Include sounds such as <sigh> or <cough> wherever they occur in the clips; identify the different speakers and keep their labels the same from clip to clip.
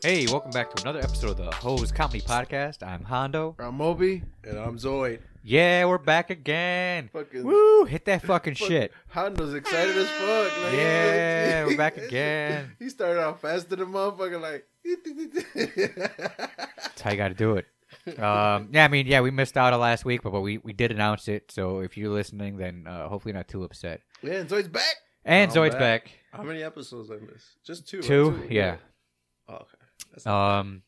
Speaker 1: Hey, welcome back to another episode of the Hose Comedy Podcast. I'm Hondo.
Speaker 2: I'm Moby. And I'm Zoid.
Speaker 1: Yeah, we're back again.
Speaker 2: Fucking
Speaker 1: Woo! Hit that fucking
Speaker 2: fuck-
Speaker 1: shit.
Speaker 2: Hondo's excited as fuck. like,
Speaker 1: Yeah, we're back again.
Speaker 2: <laughs> He started out faster than motherfucker, like. <laughs>
Speaker 1: That's how you got to do it. Um, yeah, I mean, yeah, we missed out on last week, but, but we, we did announce it. So if you're listening, then uh, hopefully not too upset.
Speaker 2: yeah, and Zoid's back.
Speaker 1: And
Speaker 2: I'm
Speaker 1: Zoid's
Speaker 2: back.
Speaker 1: back.
Speaker 2: How many episodes I missed? Just two. right?
Speaker 1: Two, yeah.
Speaker 2: Oh, okay. That's
Speaker 1: Um,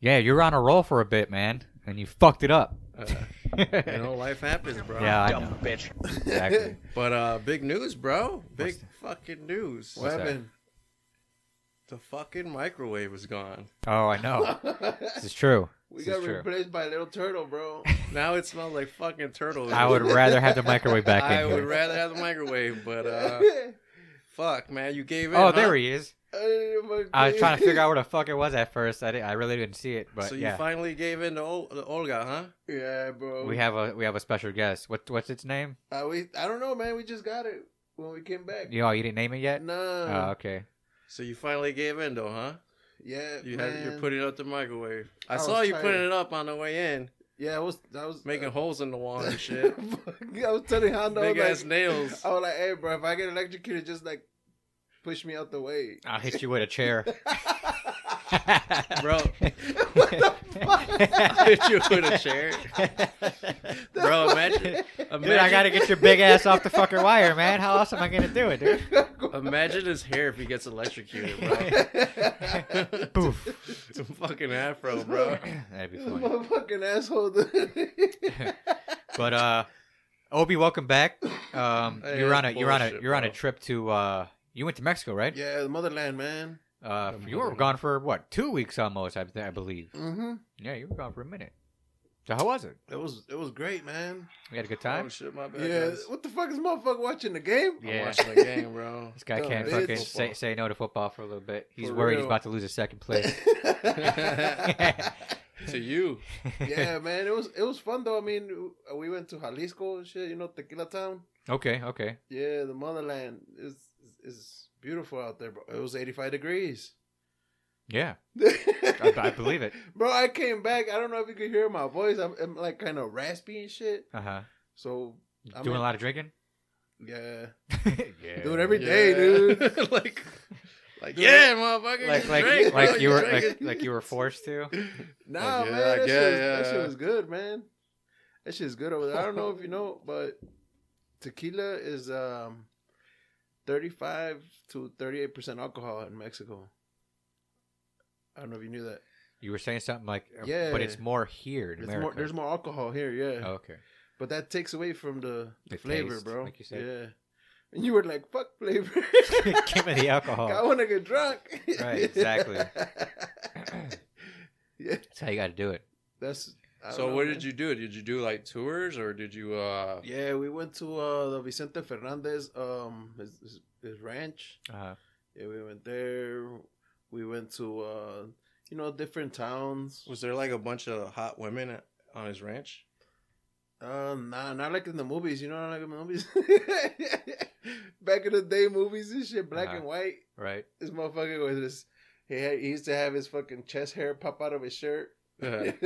Speaker 1: yeah, you're on a roll for a bit, man, and you fucked it up.
Speaker 2: uh, you know, life happens,
Speaker 1: <laughs>
Speaker 2: bro.
Speaker 1: yeah, I know.
Speaker 3: bitch.
Speaker 2: <laughs>
Speaker 1: exactly.
Speaker 3: But uh, big news,
Speaker 2: Oh,
Speaker 3: bro. Big fucking news.
Speaker 2: What
Speaker 1: that?
Speaker 2: happened?
Speaker 3: The fucking microwave is gone.
Speaker 1: Oh, I know. This is true.
Speaker 2: we
Speaker 1: This is
Speaker 2: got
Speaker 1: true.
Speaker 2: replaced by Little Turtle, <laughs> bro.
Speaker 3: Now it smells like fucking turtles.
Speaker 1: I <laughs> would rather have the microwave back
Speaker 3: I
Speaker 1: in
Speaker 3: would
Speaker 1: here.
Speaker 3: rather have the microwave, but
Speaker 1: <laughs>
Speaker 2: <laughs>
Speaker 3: uh, fuck, man, you gave in.
Speaker 1: Oh, there
Speaker 3: huh?
Speaker 1: he is. I
Speaker 2: I
Speaker 1: was trying to figure out where the fuck it was at first. I, didn't, I really didn't see it, but
Speaker 3: so you
Speaker 1: yeah,
Speaker 3: finally gave in to Ol- to Olga, huh?
Speaker 2: <laughs> Yeah, bro.
Speaker 1: we have a we have a special guest. What what's its name?
Speaker 2: Uh, we, I don't know, man. We just got it when we came back.
Speaker 1: You know, you didn't name it yet.
Speaker 2: Nah.
Speaker 1: Oh, okay.
Speaker 3: So you finally gave in, though, huh?
Speaker 2: yeah,
Speaker 3: You
Speaker 2: man.
Speaker 3: had you're putting up the microwave. I,
Speaker 2: I
Speaker 3: saw
Speaker 2: was
Speaker 3: you
Speaker 2: tired.
Speaker 3: putting it up on the way in,
Speaker 2: Yeah, I was. I was
Speaker 3: making
Speaker 2: uh,
Speaker 3: holes in the wall
Speaker 1: <laughs>
Speaker 3: and shit.
Speaker 2: <laughs> Fuck, I was telling Hondo
Speaker 3: Big
Speaker 2: like,
Speaker 3: ass nails.
Speaker 2: I was like, "Hey, bro, if I get electrocuted, just like push me out the <laughs> way."
Speaker 1: I'll hit you with a chair,
Speaker 3: <laughs>
Speaker 1: <laughs>
Speaker 2: <laughs>
Speaker 3: Bro. <laughs>
Speaker 2: What the fuck?
Speaker 3: Hit you with a chair.
Speaker 1: <laughs>
Speaker 3: Bro, imagine,
Speaker 1: Dude, I gotta get your big ass off the fucking wire, man. How else am I gonna do it, dude?
Speaker 3: Imagine his hair if he gets electrocuted, bro.
Speaker 2: <laughs>
Speaker 3: <laughs>
Speaker 1: Poof.
Speaker 3: It's a fucking afro, bro.
Speaker 1: That'd be
Speaker 2: This
Speaker 1: funny.
Speaker 2: motherfucking asshole.
Speaker 1: But uh, Obi, welcome back. Um,
Speaker 3: Hey,
Speaker 1: you're on a
Speaker 3: that's
Speaker 1: you're on a
Speaker 3: bullshit,
Speaker 1: you're on a
Speaker 3: bro.
Speaker 1: trip to uh, you went to Mexico, right?
Speaker 2: <laughs> yeah, the motherland, man.
Speaker 1: Uh,
Speaker 3: I'm
Speaker 1: you were
Speaker 3: moving.
Speaker 1: gone for what two weeks almost, I, I believe.
Speaker 2: Mm-hmm.
Speaker 1: Yeah, you were gone for a minute. So how was it?
Speaker 2: It was it was great, man.
Speaker 1: You had a good
Speaker 3: Oh
Speaker 1: time.
Speaker 3: shit, my bad.
Speaker 2: Yeah,
Speaker 3: guys.
Speaker 2: what the fuck is motherfucker watching the game?
Speaker 3: I'm
Speaker 1: Yeah.
Speaker 3: watching the game, bro.
Speaker 1: This guy
Speaker 2: No,
Speaker 1: can't
Speaker 2: it's
Speaker 1: fucking
Speaker 3: football.
Speaker 1: say, say no to football for a little bit. He's
Speaker 2: For
Speaker 1: worried he's
Speaker 2: real.
Speaker 1: about to lose his second
Speaker 2: <laughs>
Speaker 1: place.
Speaker 3: to you,
Speaker 2: <laughs> yeah, man, it was it was fun though. I mean, we went to Jalisco and shit. You know, Tequila Town.
Speaker 1: <laughs> okay, okay.
Speaker 2: Yeah, the motherland is is beautiful out there, bro. It was 85 degrees.
Speaker 1: Yeah,
Speaker 2: I,
Speaker 1: I,
Speaker 2: <laughs>
Speaker 1: I believe it.
Speaker 2: Bro, I came back. I don't know if you could hear my voice. I'm, I'm like kind of raspy and shit.
Speaker 1: Uh huh.
Speaker 2: So, I'm
Speaker 1: Doing
Speaker 2: a-
Speaker 1: a lot of drinking. <laughs>
Speaker 2: yeah.
Speaker 1: yeah.
Speaker 2: Dude, every day,
Speaker 3: <laughs>
Speaker 2: dude.
Speaker 3: like, like,
Speaker 2: Dude,
Speaker 3: yeah, motherfucker.
Speaker 1: Like
Speaker 3: you
Speaker 1: like
Speaker 3: drink,
Speaker 1: like
Speaker 3: bro,
Speaker 1: you were
Speaker 3: drink
Speaker 1: like
Speaker 3: it.
Speaker 1: like you were forced to.
Speaker 2: Nah,
Speaker 3: yeah,
Speaker 2: man.
Speaker 3: I
Speaker 2: That,
Speaker 3: guess,
Speaker 2: shit, was- that
Speaker 3: yeah.
Speaker 2: shit was good, man. That shit's good over there. I don't know if you know, but tequila is um 35 to 38% alcohol in Mexico. I don't know if you knew that.
Speaker 1: You were saying something like, uh,
Speaker 2: Yeah.
Speaker 1: but it's more here in
Speaker 2: There's
Speaker 1: America.
Speaker 2: more, there's more alcohol here, yeah.
Speaker 1: Oh, okay.
Speaker 2: But that takes away from the,
Speaker 1: The
Speaker 2: the flavor,
Speaker 1: taste,
Speaker 2: bro.
Speaker 1: like you said.
Speaker 2: Yeah. And you were like, fuck flavor.
Speaker 1: <laughs> <laughs> Give me the
Speaker 2: I
Speaker 1: alcohol.
Speaker 2: want to get drunk.
Speaker 1: Oh. Right, exactly.
Speaker 2: <laughs> yeah.
Speaker 1: That's how you got to do it.
Speaker 2: That's. I don't
Speaker 3: So
Speaker 2: know,
Speaker 3: what
Speaker 2: man.
Speaker 3: did you do? Did you do like tours or did you? uh
Speaker 2: Yeah, we went to uh, the Vicente Fernandez um, his, his, his ranch.
Speaker 1: Uh,
Speaker 2: Yeah, we went there. We went to, uh, you know, different towns.
Speaker 3: Was there like a bunch of hot women at- on his ranch?
Speaker 2: Uh, nah, not like in the movies. You know, not like in the movies. <laughs> Back in the day, movies and shit, black
Speaker 1: Uh-huh.
Speaker 2: and white.
Speaker 1: right.
Speaker 2: This motherfucker was this. He, had, he used to have his fucking chest hair pop out of his shirt.
Speaker 3: <laughs> Yeah.
Speaker 2: <laughs>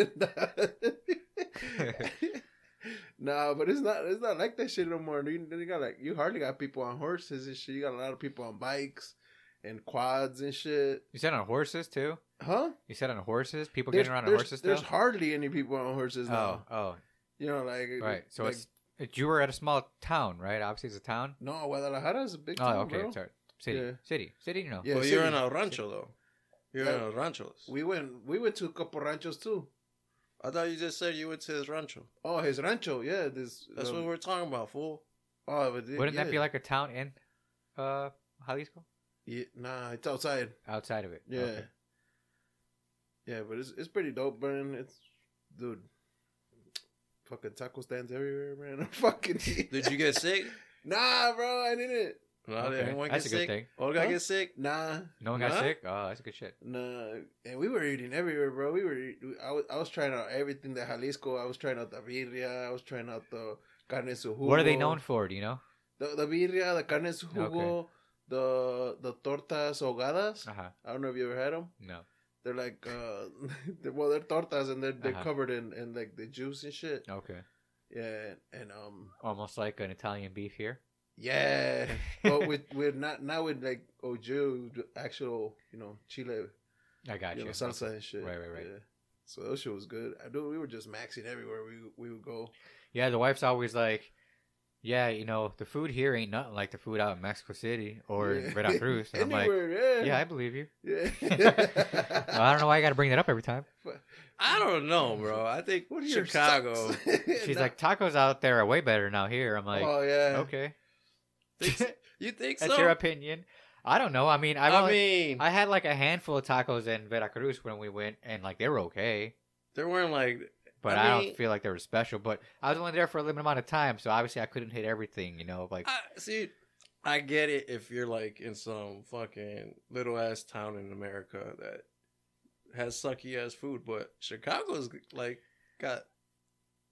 Speaker 2: nah, but it's not it's not like that shit no more. You, you got like you hardly got people on horses and shit. You got a lot of people on bikes and quads and shit.
Speaker 1: You said on horses too.
Speaker 2: Huh?
Speaker 1: You said on horses. People
Speaker 2: There's-
Speaker 1: getting around on
Speaker 2: there's,
Speaker 1: horses.
Speaker 2: There's
Speaker 1: now?
Speaker 2: hardly any people on horses
Speaker 1: Oh,
Speaker 2: now.
Speaker 1: oh,
Speaker 2: You know, like
Speaker 1: right. So
Speaker 2: like,
Speaker 1: it's it, you were at a small town, right? Obviously, it's a town.
Speaker 2: no Guadalajara is a big.
Speaker 1: oh,
Speaker 2: town,
Speaker 1: okay.
Speaker 2: bro.
Speaker 1: Sorry, city,
Speaker 2: Yeah.
Speaker 1: city, city. You know.
Speaker 2: Yeah,
Speaker 3: well, you're
Speaker 2: city.
Speaker 3: in a rancho though. You're in
Speaker 2: Uh,
Speaker 3: a ranchos.
Speaker 2: We went we went to a couple ranchos too.
Speaker 3: I thought you just said you went to his rancho.
Speaker 2: Oh, his rancho, yeah. This
Speaker 3: That's
Speaker 2: um,
Speaker 3: what we're talking about, fool.
Speaker 2: Oh, but it-
Speaker 1: Wouldn't that be
Speaker 2: yeah.
Speaker 1: like a town in uh, Jalisco?
Speaker 2: Yeah, nah, it's outside.
Speaker 1: Outside of it.
Speaker 2: Yeah.
Speaker 1: Okay.
Speaker 2: Yeah, but it's it's pretty dope, man. It's dude. Fucking taco stands everywhere, man. <laughs> I'm fucking <laughs>
Speaker 1: <laughs>
Speaker 3: Did you get sick?
Speaker 2: Nah, bro, I didn't.
Speaker 3: Not
Speaker 1: Okay,
Speaker 3: everyone
Speaker 1: That's
Speaker 3: gets
Speaker 1: a good
Speaker 3: sick.
Speaker 1: thing.
Speaker 3: Olga
Speaker 2: Huh?
Speaker 3: gets sick.
Speaker 2: Nah,
Speaker 1: No one got
Speaker 3: Nah.
Speaker 1: sick. Oh, that's good shit.
Speaker 2: nah. And we were eating everywhere, bro. We were. I was. I was trying out everything. The Jalisco. I was trying out the birria. I was trying out the carne su jugo.
Speaker 1: What are they known for? Do you know?
Speaker 2: The, the birria, the carne su jugo, the the tortas ahogadas.
Speaker 1: Uh huh.
Speaker 2: I don't know if you ever had them.
Speaker 1: No.
Speaker 2: They're like, uh, <laughs> they're, well, they're tortas and they're they're
Speaker 1: Uh-huh.
Speaker 2: covered in, in like the juice and shit.
Speaker 1: Okay.
Speaker 2: Yeah, and um,
Speaker 1: Almost like an Italian beef here.
Speaker 2: yeah. but with we're not now with like oju the actual you know chile
Speaker 1: <laughs> I got
Speaker 2: you
Speaker 1: you.
Speaker 2: know salsa and shit.
Speaker 1: Right, right, right.
Speaker 2: Yeah. So that shit was good. I do. We were just maxing everywhere we we would go.
Speaker 1: Yeah, the wife's always like, "Yeah, you know, the food here ain't nothing like the food out in Mexico City or in
Speaker 2: Yeah.
Speaker 1: Red Cruz."
Speaker 2: <laughs>
Speaker 1: And I'm like,
Speaker 2: Anywhere,
Speaker 1: "Yeah, I
Speaker 2: yeah.
Speaker 1: believe you."
Speaker 2: Yeah.
Speaker 1: <laughs>
Speaker 2: <laughs>
Speaker 1: Well, I don't know why I got to bring that up every time.
Speaker 3: I don't know, bro. I think
Speaker 2: What are your
Speaker 3: Chicago.
Speaker 1: <laughs>
Speaker 2: socks?
Speaker 1: She's
Speaker 2: <laughs> Nah.
Speaker 1: like, "Tacos out there are way better now here." I'm like,
Speaker 2: oh yeah.
Speaker 1: "Okay,
Speaker 3: Thinks- you think
Speaker 1: that's
Speaker 3: so?
Speaker 1: your opinion." I don't know. I mean, I've
Speaker 3: I
Speaker 1: only-
Speaker 3: mean,
Speaker 1: I had like a handful of tacos in Veracruz when we went, and like they were okay,
Speaker 3: they weren't like
Speaker 1: but
Speaker 3: I
Speaker 1: I,
Speaker 3: mean-
Speaker 1: don't feel like they were special. But I was only there for a limited amount of time, so obviously I couldn't hit everything, you know. Like,
Speaker 3: I see. I get it if you're like in some fucking little ass town in America that has sucky ass food, but Chicago's like got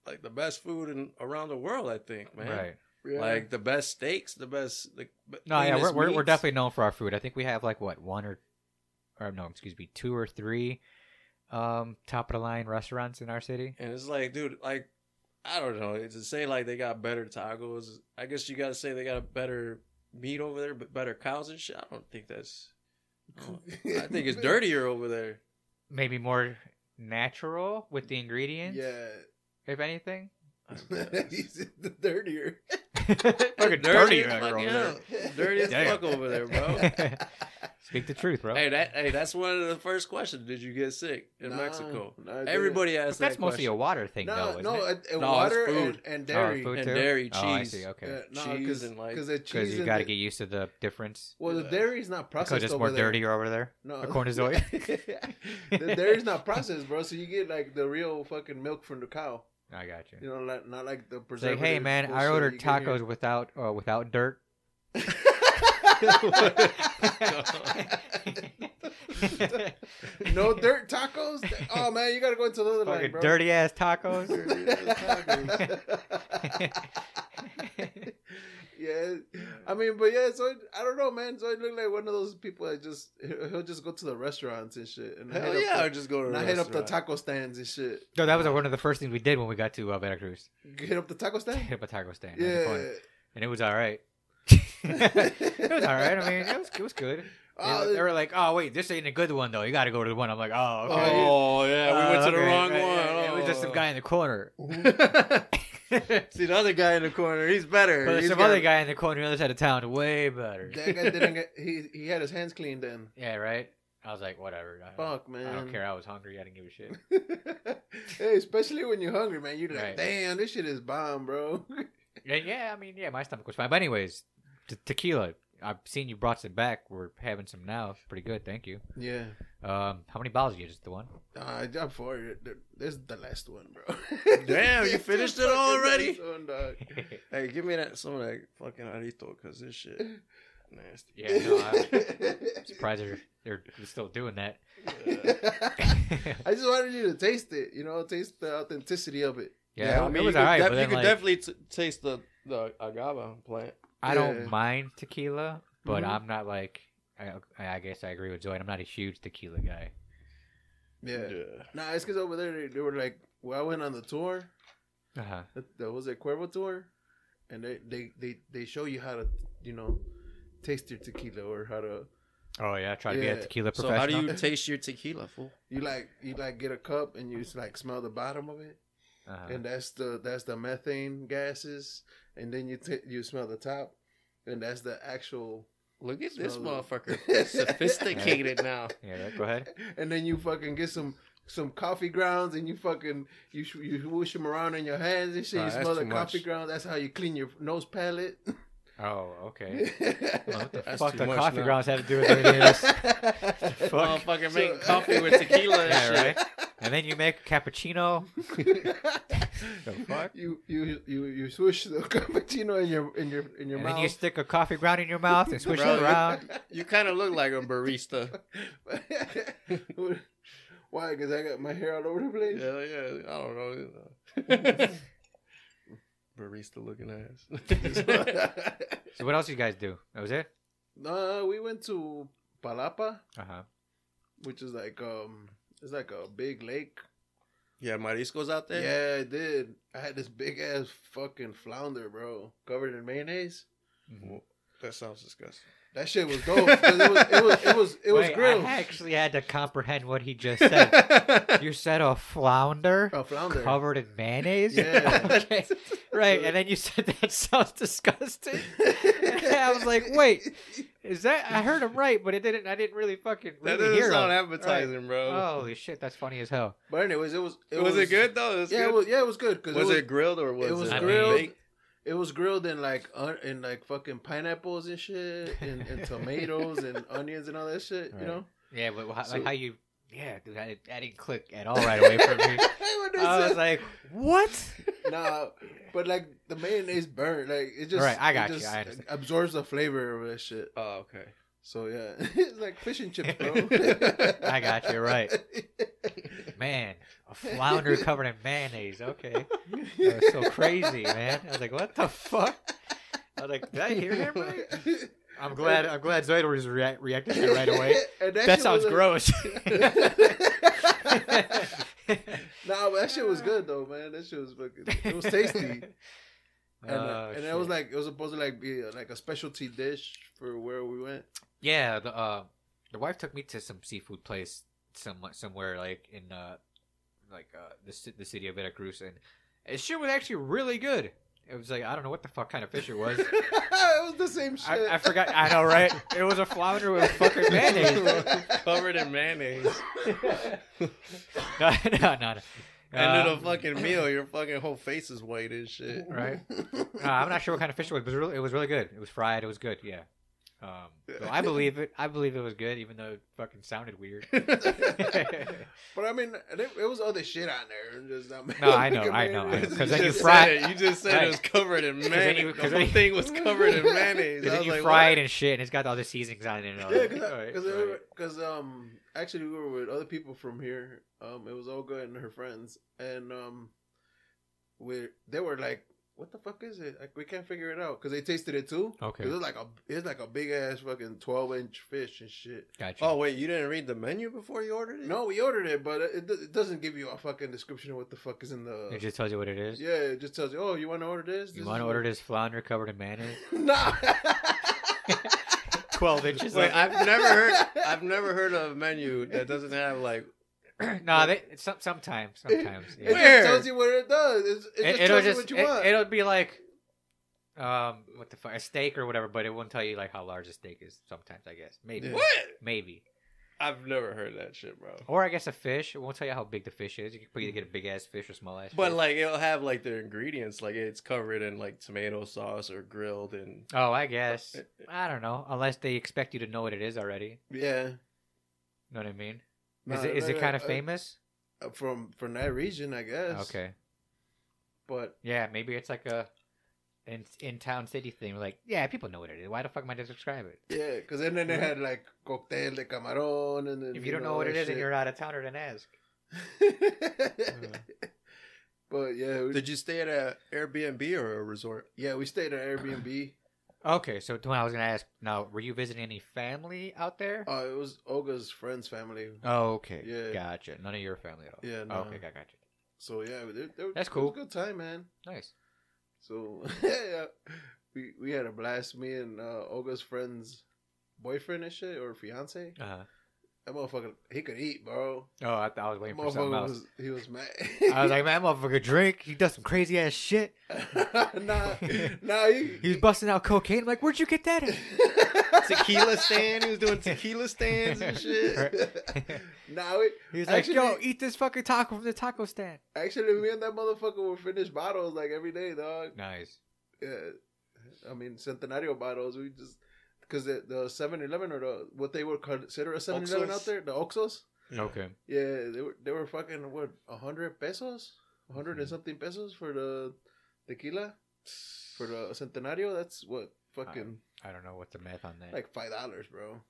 Speaker 3: like the best food in around the world. I think, man.
Speaker 1: right?
Speaker 2: Yeah. <laughs>
Speaker 3: Like the best steaks, the best. The b-
Speaker 1: No, yeah, we're,
Speaker 3: cleanest
Speaker 1: we're, we're
Speaker 3: meats.
Speaker 1: definitely known for our food. I think we have like what one or, or no, excuse me, two or three, um, top of the line restaurants in our city.
Speaker 3: And it's like, dude, like I don't know. To say like they got better tacos, I guess you gotta say they got a better meat over there, but better cows and shit. I don't think that's. I think
Speaker 2: <laughs>
Speaker 3: it's dirtier over there.
Speaker 1: Maybe more natural with the ingredients,
Speaker 2: Yeah.
Speaker 1: if anything.
Speaker 3: I guess.
Speaker 2: <laughs> He's the dirtier.
Speaker 1: <laughs>
Speaker 3: Dirty
Speaker 1: Fucking dirty,
Speaker 3: as fuck,
Speaker 1: over
Speaker 3: yeah.
Speaker 1: there.
Speaker 3: Dirty
Speaker 2: <laughs>
Speaker 3: as
Speaker 1: Damn.
Speaker 3: fuck over there,
Speaker 1: <laughs>
Speaker 3: bro.
Speaker 1: Speak the truth, bro.
Speaker 3: hey, that hey, that's one of the first questions. Did you get sick in
Speaker 2: Nah,
Speaker 3: Mexico?
Speaker 2: nah, I didn't.
Speaker 3: Everybody asks that
Speaker 1: That's mostly a
Speaker 3: question.
Speaker 1: water thing,
Speaker 2: No,
Speaker 1: though. Isn't
Speaker 2: no,
Speaker 1: it?
Speaker 2: and- and
Speaker 3: No, it's
Speaker 2: water
Speaker 3: food.
Speaker 2: and, and
Speaker 1: Oh,
Speaker 2: dairy.
Speaker 1: food
Speaker 3: and
Speaker 1: too?
Speaker 3: dairy,
Speaker 1: Oh, I
Speaker 3: cheese.
Speaker 1: see.
Speaker 2: Yeah,
Speaker 1: Okay,
Speaker 2: no,
Speaker 3: Cheese
Speaker 2: cause,
Speaker 3: and, like-
Speaker 2: cause the cheese
Speaker 1: because you
Speaker 2: and
Speaker 1: got to
Speaker 2: the-
Speaker 1: get used to the difference.
Speaker 2: well, the
Speaker 3: Yeah.
Speaker 2: dairy is not processed
Speaker 1: Because it's more
Speaker 2: over there. Oh.
Speaker 1: dirtier over there.
Speaker 2: No,
Speaker 1: according to
Speaker 2: <laughs>
Speaker 1: Zoe.
Speaker 2: the dairy's not processed, bro. So you get like the real fucking milk from the cow.
Speaker 1: I got you.
Speaker 2: You know, like, not like
Speaker 1: It's
Speaker 2: the
Speaker 1: like,
Speaker 2: preservative.
Speaker 1: hey man, I
Speaker 2: bullshit
Speaker 1: ordered
Speaker 2: you get here."
Speaker 1: tacos without uh, without
Speaker 2: <laughs>
Speaker 1: dirt. <laughs>
Speaker 2: <laughs> no dirt tacos. Oh man, you gotta go into the other line,
Speaker 1: Fucking
Speaker 2: bro. <laughs>
Speaker 1: dirty ass
Speaker 2: Dirty ass
Speaker 1: tacos. <laughs>
Speaker 2: tacos. yeah, I mean, but yeah, Zoid. I don't know, man. Zoid looked like one of those people that just he'll he'll just go to the restaurants and shit, and
Speaker 3: Hell
Speaker 2: hit
Speaker 3: yeah,
Speaker 2: up
Speaker 3: or just go
Speaker 2: the,
Speaker 3: to.
Speaker 2: and
Speaker 3: the
Speaker 2: I hit up the
Speaker 3: restaurant.
Speaker 2: taco stands and shit.
Speaker 1: no, that was one of the first things we did when we got to uh, Veracruz.
Speaker 2: Hit up the taco stand.
Speaker 1: Hit up a taco stand. on the
Speaker 2: Yeah.
Speaker 1: corner. and it was all
Speaker 2: <laughs>
Speaker 1: right. it was all right. I mean, it was it was good. They-
Speaker 2: Oh,
Speaker 1: they, were like, "Oh wait, this ain't a good one though. You got to go to the one." I'm like, "Oh, okay."
Speaker 3: Oh yeah, we went
Speaker 1: Oh,
Speaker 3: to the
Speaker 1: okay.
Speaker 3: wrong
Speaker 1: Right,
Speaker 3: one. Oh.
Speaker 1: right. It was just some guy in the corner.
Speaker 3: guy.
Speaker 1: but
Speaker 3: See the other guy in the corner. He's better.
Speaker 1: there's
Speaker 3: He's
Speaker 1: some
Speaker 3: got-
Speaker 1: other guy in the corner, the other side of town, way better.
Speaker 2: that guy didn't get. He he had his hands clean then.
Speaker 1: <laughs> Yeah, right. I was like, whatever. I,
Speaker 2: Fuck man.
Speaker 1: I don't care. I was hungry. I didn't give a shit.
Speaker 2: <laughs> hey, especially when you're hungry, man. You're like,
Speaker 1: Right.
Speaker 2: damn, this shit is bomb, bro. <laughs>
Speaker 1: And yeah, I mean, yeah, my stomach was fine. But anyways, t- tequila. I've seen you brought some back. We're having some now. It's pretty good. Thank you.
Speaker 2: yeah.
Speaker 1: Um, how many bottles you just the one? <laughs>
Speaker 2: Uh, I'm for it. Th- This is the last one, bro. <laughs>
Speaker 3: Damn, you finished it all already?
Speaker 2: This one, dog.
Speaker 3: Hey, give me that some of that fucking arito, cause this shit nasty.
Speaker 1: yeah, no,
Speaker 3: <laughs>
Speaker 1: I'm surprised they're, they're still doing that. <laughs>
Speaker 3: <laughs> Yeah.
Speaker 2: <laughs> I just wanted you to taste it, you know, taste the authenticity of it.
Speaker 1: Yeah,
Speaker 3: I mean,
Speaker 1: it
Speaker 3: you
Speaker 1: was
Speaker 3: could,
Speaker 1: all right.
Speaker 3: def-
Speaker 1: but
Speaker 3: you
Speaker 1: then,
Speaker 3: could
Speaker 1: like,
Speaker 3: definitely t- taste the the agave plant.
Speaker 1: I don't
Speaker 2: yeah.
Speaker 1: mind tequila, but
Speaker 2: Mhm.
Speaker 1: I'm not like. I, I guess I agree with Joy. I'm not a huge tequila guy.
Speaker 2: Yeah. Nah, it's because over there they, they were like, well, I went on the tour,
Speaker 1: Uh
Speaker 3: Uh-huh.
Speaker 1: huh.
Speaker 2: the, the was it Cuervo tour, and they, they they they show you how to, you know, taste your tequila or how to
Speaker 1: Oh yeah, try to be
Speaker 2: Yeah.
Speaker 1: a tequila
Speaker 3: So
Speaker 1: professional.
Speaker 3: how do you taste your tequila, fool?
Speaker 2: you like you like get a cup and you just like smell the bottom of it,
Speaker 1: Uh-huh.
Speaker 2: and that's the that's the methane gases, and then you ta you smell the top, and that's the actual
Speaker 3: Look at this
Speaker 2: Smell it. <laughs>
Speaker 3: motherfucker, sophisticated now.
Speaker 1: Yeah, that- go ahead.
Speaker 2: and then you fucking get some some coffee grounds and you fucking you sh- you whoosh them around in your hands and shit.
Speaker 3: Nah,
Speaker 2: you
Speaker 3: that's
Speaker 2: smell the
Speaker 3: too
Speaker 2: coffee
Speaker 3: much.
Speaker 2: grounds. That's how you clean your nose palate.
Speaker 1: Oh,
Speaker 3: <laughs>
Speaker 1: okay. Well, what the
Speaker 2: Fuck.
Speaker 3: That's
Speaker 1: fuck
Speaker 3: too
Speaker 1: the
Speaker 3: much
Speaker 1: coffee
Speaker 3: now. <laughs>
Speaker 1: grounds have to do with any of this?
Speaker 3: Motherfucker
Speaker 2: So- <laughs>
Speaker 3: making coffee with tequila and
Speaker 1: Yeah,
Speaker 3: shit.
Speaker 1: right. and then you make cappuccino. The fuck?
Speaker 2: <laughs> You you you you swish the <laughs> cappuccino in your in your in your
Speaker 1: and
Speaker 2: mouth.
Speaker 1: then you stick a coffee ground in your mouth and swish
Speaker 3: Bro,
Speaker 1: it
Speaker 3: you-
Speaker 1: around.
Speaker 2: <laughs>
Speaker 3: You kind of look like a barista.
Speaker 2: <laughs> Why? Because I got my hair all over the place.
Speaker 3: yeah, yeah. I don't know. <laughs> barista looking ass.
Speaker 1: So what else you guys do? That was it.
Speaker 2: no, we went to Palapa,
Speaker 1: Uh huh.
Speaker 2: which is like um, it's like a big lake.
Speaker 3: <laughs> yeah, Marisco's out there.
Speaker 2: Yeah, I did. I had this big ass fucking flounder, bro, covered in mayonnaise.
Speaker 3: That sounds <laughs> disgusting.
Speaker 2: That shit was dope. 'cause it was it was it was, it was
Speaker 1: Wait,
Speaker 2: grilled.
Speaker 1: I actually had to comprehend what he
Speaker 3: <laughs>
Speaker 1: just said. you said a flounder
Speaker 2: A flounder.
Speaker 1: covered in mayonnaise.
Speaker 2: Yeah.
Speaker 1: <laughs>
Speaker 2: <laughs>
Speaker 1: okay. Right, and then you said that sounds disgusting. I was like, wait, is that? I heard him right, but it didn't. I didn't really fucking
Speaker 3: That
Speaker 1: really
Speaker 3: doesn't
Speaker 1: hear
Speaker 3: sound
Speaker 1: him.
Speaker 3: appetizing, bro.
Speaker 1: Holy shit, that's funny as hell.
Speaker 2: <laughs> But anyways, it was
Speaker 3: was, it good though? It was
Speaker 2: Oh. Yeah,
Speaker 3: good?
Speaker 2: it was yeah, it was good. 'cause
Speaker 3: was it, grilled or was
Speaker 2: it
Speaker 3: it,
Speaker 2: was
Speaker 1: I mean-
Speaker 2: grilled.
Speaker 3: baked?
Speaker 2: It was grilled in like un- in like fucking pineapples and shit, and,
Speaker 1: <laughs>
Speaker 2: and tomatoes and onions and all that shit. You
Speaker 1: Right. <laughs>
Speaker 2: know,
Speaker 1: Yeah, but how,
Speaker 2: So-
Speaker 1: like how you? Yeah, dude, I, didn't- I didn't click at all right away for
Speaker 2: <laughs>
Speaker 1: me.
Speaker 2: What is
Speaker 1: I was
Speaker 2: it?
Speaker 1: like, what?
Speaker 2: nah, but like the mayonnaise burnt. Like it just
Speaker 1: Right, I got
Speaker 2: it
Speaker 1: you,
Speaker 2: just
Speaker 1: I understand.
Speaker 2: absorbs the flavor of that shit.
Speaker 3: Oh, okay.
Speaker 2: So yeah, <laughs> it's like fish and chips, bro.
Speaker 1: <laughs> I got you, right. Man, a flounder covered in mayonnaise. Okay, that was so crazy, man. I was like, what the fuck? I was like, did I hear him right? I'm glad. I'm glad Zoidberg was rea- reacted to it right away.
Speaker 2: <laughs> And
Speaker 1: That,
Speaker 2: shit
Speaker 1: sounds
Speaker 2: was a-
Speaker 1: gross.
Speaker 2: <laughs> nah, but that shit was good though, man. That shit was fucking. It
Speaker 1: <laughs>
Speaker 2: was tasty. And, uh,
Speaker 1: Oh,
Speaker 2: and it
Speaker 1: shit.
Speaker 2: was like it was supposed to like be uh, like a specialty dish for where we went. <laughs>
Speaker 1: yeah. The uh, the wife took me to some seafood place somewhere, somewhere like in uh, like uh, the ci- the city of Veracruz, and it shit was actually really good. It was like I don't know what the fuck kind of fish it was.
Speaker 2: it was the same shit.
Speaker 1: I, I forgot. I know, right? It was a flounder with fucking mayonnaise.
Speaker 3: <laughs> Covered in mayonnaise.
Speaker 1: <laughs> no, no, no. no. <laughs>
Speaker 3: End
Speaker 1: Uh,
Speaker 3: of the fucking meal, your fucking whole face is white and
Speaker 1: <laughs>
Speaker 3: shit. <laughs>
Speaker 1: right? Uh, I'm not sure what kind of fish it was, but it was really, it was really good. It was fried. It was good. Yeah. Um, so I believe it. I believe it was good, even though it fucking sounded weird.
Speaker 2: But I mean, it, it was other shit on there. and Just not
Speaker 1: No,
Speaker 2: <laughs>
Speaker 1: I know, I know, I know. 'Cause then you
Speaker 3: just
Speaker 1: fry-
Speaker 3: said it. You just said
Speaker 1: Right.
Speaker 3: it was covered in
Speaker 1: 'Cause then you-
Speaker 3: mayonnaise. The
Speaker 1: 'cause
Speaker 3: whole
Speaker 1: then-
Speaker 3: thing was covered in mayonnaise.
Speaker 1: And
Speaker 3: I
Speaker 1: then
Speaker 3: was
Speaker 1: you
Speaker 3: like,
Speaker 1: fry it and shit, and it's got all the seasonings on it. And all
Speaker 2: Yeah,
Speaker 1: that. Oh,
Speaker 2: because
Speaker 1: All right, all right.
Speaker 2: because um actually we were with other people from here. Um, it was Olga and her friends, and um, we they were like, "What the fuck is it? Like, we can't figure it out." Because they tasted it too.
Speaker 1: Okay.
Speaker 2: It was like a it's like a big ass fucking twelve inch fish and shit.
Speaker 1: Gotcha.
Speaker 3: Oh wait, you didn't read the menu before you ordered it?
Speaker 2: No, we ordered it, but it, it doesn't give you a fucking description of what the fuck is in the.
Speaker 1: it just tells you what it is.
Speaker 2: yeah, it just tells you, oh, you want to order this?
Speaker 1: you want to order this flounder covered in mayonnaise? <clears throat>
Speaker 2: this? <laughs> nah.
Speaker 1: Twelve inches.
Speaker 3: Wait, I've
Speaker 1: <laughs>
Speaker 3: never heard. I've never heard of a menu that doesn't have like.
Speaker 1: no, they, it's some, sometimes, sometimes.
Speaker 2: It,
Speaker 1: yeah.
Speaker 2: it
Speaker 3: Where?
Speaker 2: just tells you what it does. It's, it,
Speaker 1: will
Speaker 2: just tells you what you
Speaker 1: it,
Speaker 2: want.
Speaker 1: It'll be like, um, what the fuck, a steak or whatever, but it won't tell you like how large a steak is. Sometimes, I guess, maybe,
Speaker 2: Yeah.
Speaker 3: What?
Speaker 1: maybe,
Speaker 3: I've never heard that shit, bro.
Speaker 1: or I guess a fish. It won't tell you how big the fish is. You can probably get a big ass fish or small ass.
Speaker 3: But
Speaker 1: fish.
Speaker 3: like it'll have like the ingredients, like it's covered in like tomato sauce or grilled and
Speaker 1: oh, I guess
Speaker 2: uh,
Speaker 1: I don't know. Unless they expect you to know what it is already.
Speaker 2: yeah.
Speaker 1: You know what I mean?
Speaker 2: Nah,
Speaker 1: is it is
Speaker 2: no,
Speaker 1: it
Speaker 2: no,
Speaker 1: kind of
Speaker 2: uh,
Speaker 1: famous?
Speaker 2: from from that region, I guess.
Speaker 1: Okay.
Speaker 2: but
Speaker 1: Yeah, maybe it's like a in in town city thing. Like, yeah, people know what it is. Why the fuck am I to describe it?
Speaker 2: yeah, because then, then they had like cocktail de camarón, and then
Speaker 1: If you don't know what it is, and you're out of towner, then ask.
Speaker 2: <laughs> but yeah, we,
Speaker 3: Did you stay at a Airbnb or a resort?
Speaker 2: yeah, we stayed at Airbnb.
Speaker 1: <clears throat> Okay, so Dwayne, I was gonna ask. Now, were you visiting any family out there?
Speaker 2: Oh, it was Olga's friend's family.
Speaker 1: oh, okay.
Speaker 2: yeah.
Speaker 1: Gotcha. None of your family at all.
Speaker 2: Yeah,
Speaker 1: Oh,
Speaker 2: no.
Speaker 1: okay, got gotcha.
Speaker 2: So yeah, they, they,
Speaker 1: That's
Speaker 2: it was
Speaker 1: cool.
Speaker 2: a good time, man.
Speaker 1: Nice.
Speaker 2: So <laughs> yeah, we we had a blast. Me and uh, Olga's friend's boyfriend and shit, or fiance.
Speaker 1: Uh huh.
Speaker 2: That motherfucker, he could eat, bro.
Speaker 1: Oh, I, I was waiting for something
Speaker 2: Motherfucker
Speaker 1: else.
Speaker 2: was he was mad.
Speaker 1: I was like, man, that motherfucker drink. He does some crazy ass shit.
Speaker 2: <laughs> nah, nah,
Speaker 1: <laughs>
Speaker 2: he, <laughs>
Speaker 1: He was busting out cocaine. I'm like, where'd you get that? At?
Speaker 3: Tequila stand. He was doing tequila stands
Speaker 1: <laughs>
Speaker 3: and shit.
Speaker 2: nah, we,
Speaker 1: He was like, yo,
Speaker 2: Actually-
Speaker 1: eat this fucking taco from the taco stand.
Speaker 2: actually, me and that motherfucker would finish bottles like every day, dog.
Speaker 1: Nice.
Speaker 2: Yeah, I mean, Centenario bottles. We just because the the Seven Eleven or the what they would consider a Seven Eleven
Speaker 3: Oxos?
Speaker 2: out there, the Oxos.
Speaker 1: Okay.
Speaker 2: Yeah, they were they were fucking what a hundred pesos, a 100 and
Speaker 1: Mhm.
Speaker 2: something pesos for the tequila for the centenario. That's what fucking
Speaker 1: I don't know what the math on that.
Speaker 2: like five dollars, bro.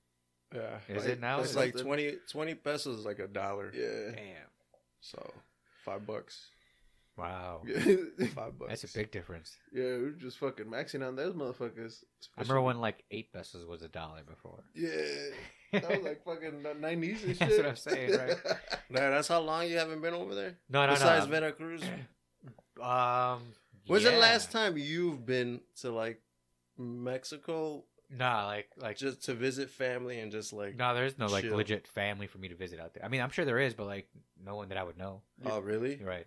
Speaker 3: Yeah.
Speaker 1: Is
Speaker 3: like,
Speaker 1: it now?
Speaker 3: It's <laughs>
Speaker 1: Is
Speaker 3: like
Speaker 2: something?
Speaker 3: 20, 20 pesos, is like a dollar.
Speaker 2: Yeah,
Speaker 1: Damn.
Speaker 3: So five bucks.
Speaker 1: Wow.
Speaker 2: <laughs> yeah,
Speaker 3: Five bucks.
Speaker 1: Oh. That's a big difference.
Speaker 2: yeah. We were just fucking maxing on those motherfuckers.
Speaker 1: I remember when like eight pesos was a dollar before.
Speaker 2: Yeah,
Speaker 1: <laughs>
Speaker 2: that was like fucking nineties and shit.
Speaker 1: That's what I'm saying, right?
Speaker 3: Man, that's how long you haven't been over there?
Speaker 1: No, no,
Speaker 3: Besides
Speaker 1: no. <clears throat>
Speaker 3: Veracruz.
Speaker 1: um,
Speaker 3: When's
Speaker 1: yeah.
Speaker 3: the last time you've been to like Mexico
Speaker 1: Nah, like like
Speaker 3: just to visit family and just like
Speaker 1: no, there's no like
Speaker 3: chill.
Speaker 1: legit family for me to visit out there. I mean, I'm sure there is, but like no one that I would know.
Speaker 3: Oh really?
Speaker 1: You're right?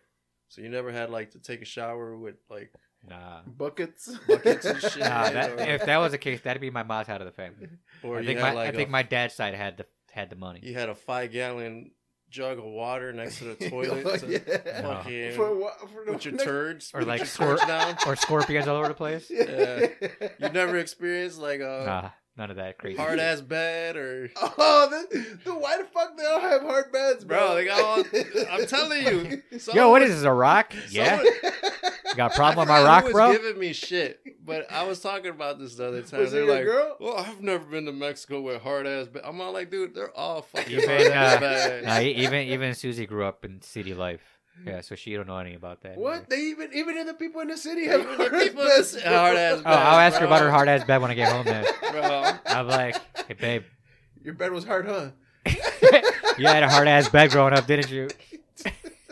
Speaker 3: So you never had like to take a shower with like
Speaker 1: Nah.
Speaker 2: <laughs> Buckets,
Speaker 3: Buckets
Speaker 2: <laughs>
Speaker 3: and shit.
Speaker 1: Nah,
Speaker 3: <laughs> Yeah,
Speaker 1: that,
Speaker 3: yeah.
Speaker 1: if that was the case, that'd be my mom's side of the family.
Speaker 3: or
Speaker 1: I
Speaker 3: you
Speaker 1: think
Speaker 3: had
Speaker 1: my
Speaker 3: like
Speaker 1: I think
Speaker 3: a,
Speaker 1: my dad's side had the had the money.
Speaker 3: you had a five gallon jug of water next
Speaker 2: <laughs>
Speaker 3: to the toilet
Speaker 2: Oh,
Speaker 3: to
Speaker 2: yeah.
Speaker 1: No.
Speaker 3: fucking
Speaker 2: For what? For the
Speaker 3: put your
Speaker 2: <laughs>
Speaker 3: turds
Speaker 1: Or
Speaker 3: put
Speaker 1: like
Speaker 3: your
Speaker 1: squirt-
Speaker 3: turds down.
Speaker 1: <laughs> Or scorpions all over the place.
Speaker 3: You never experienced
Speaker 1: <laughs>
Speaker 3: like a
Speaker 1: Nah, none of that crazy.
Speaker 3: Uh, hard
Speaker 1: shit.
Speaker 3: ass bed or
Speaker 2: <laughs> Oh, the, the why the fuck they all have hard beds, bro?
Speaker 3: Bro, they got
Speaker 2: <laughs>
Speaker 3: all- I'm telling you.
Speaker 1: Yo,
Speaker 3: someone-
Speaker 1: what is this?
Speaker 3: <laughs>
Speaker 1: A rock? Yeah,
Speaker 3: someone-
Speaker 1: you got a problem with
Speaker 3: I
Speaker 1: my
Speaker 3: forgot who
Speaker 1: rock,
Speaker 3: was
Speaker 1: bro?
Speaker 3: giving me shit, but I was talking about this the other time.
Speaker 2: Was
Speaker 3: They're
Speaker 2: it your
Speaker 3: like,
Speaker 2: girl?
Speaker 3: "Well, I've never been to Mexico with hard ass." But I'm all like, "Dude, they're all fucking
Speaker 1: You've
Speaker 3: hard
Speaker 1: been,
Speaker 3: ass
Speaker 1: uh,
Speaker 3: bags."
Speaker 1: Nah, e- even even Susie grew up in city life. Yeah, so she don't know any about that. either.
Speaker 2: What? They even even in the people in the city have
Speaker 3: Even the
Speaker 2: hard ass
Speaker 3: people in the
Speaker 2: beds.
Speaker 3: ci- hard ass
Speaker 1: Oh, I'll ask her about her
Speaker 3: bro.
Speaker 1: hard ass bed when I get home. Then
Speaker 3: Bro,
Speaker 1: I'm like, hey babe,
Speaker 2: Your bed was hard, huh?
Speaker 1: you had a hard ass bed growing up, didn't you? <laughs>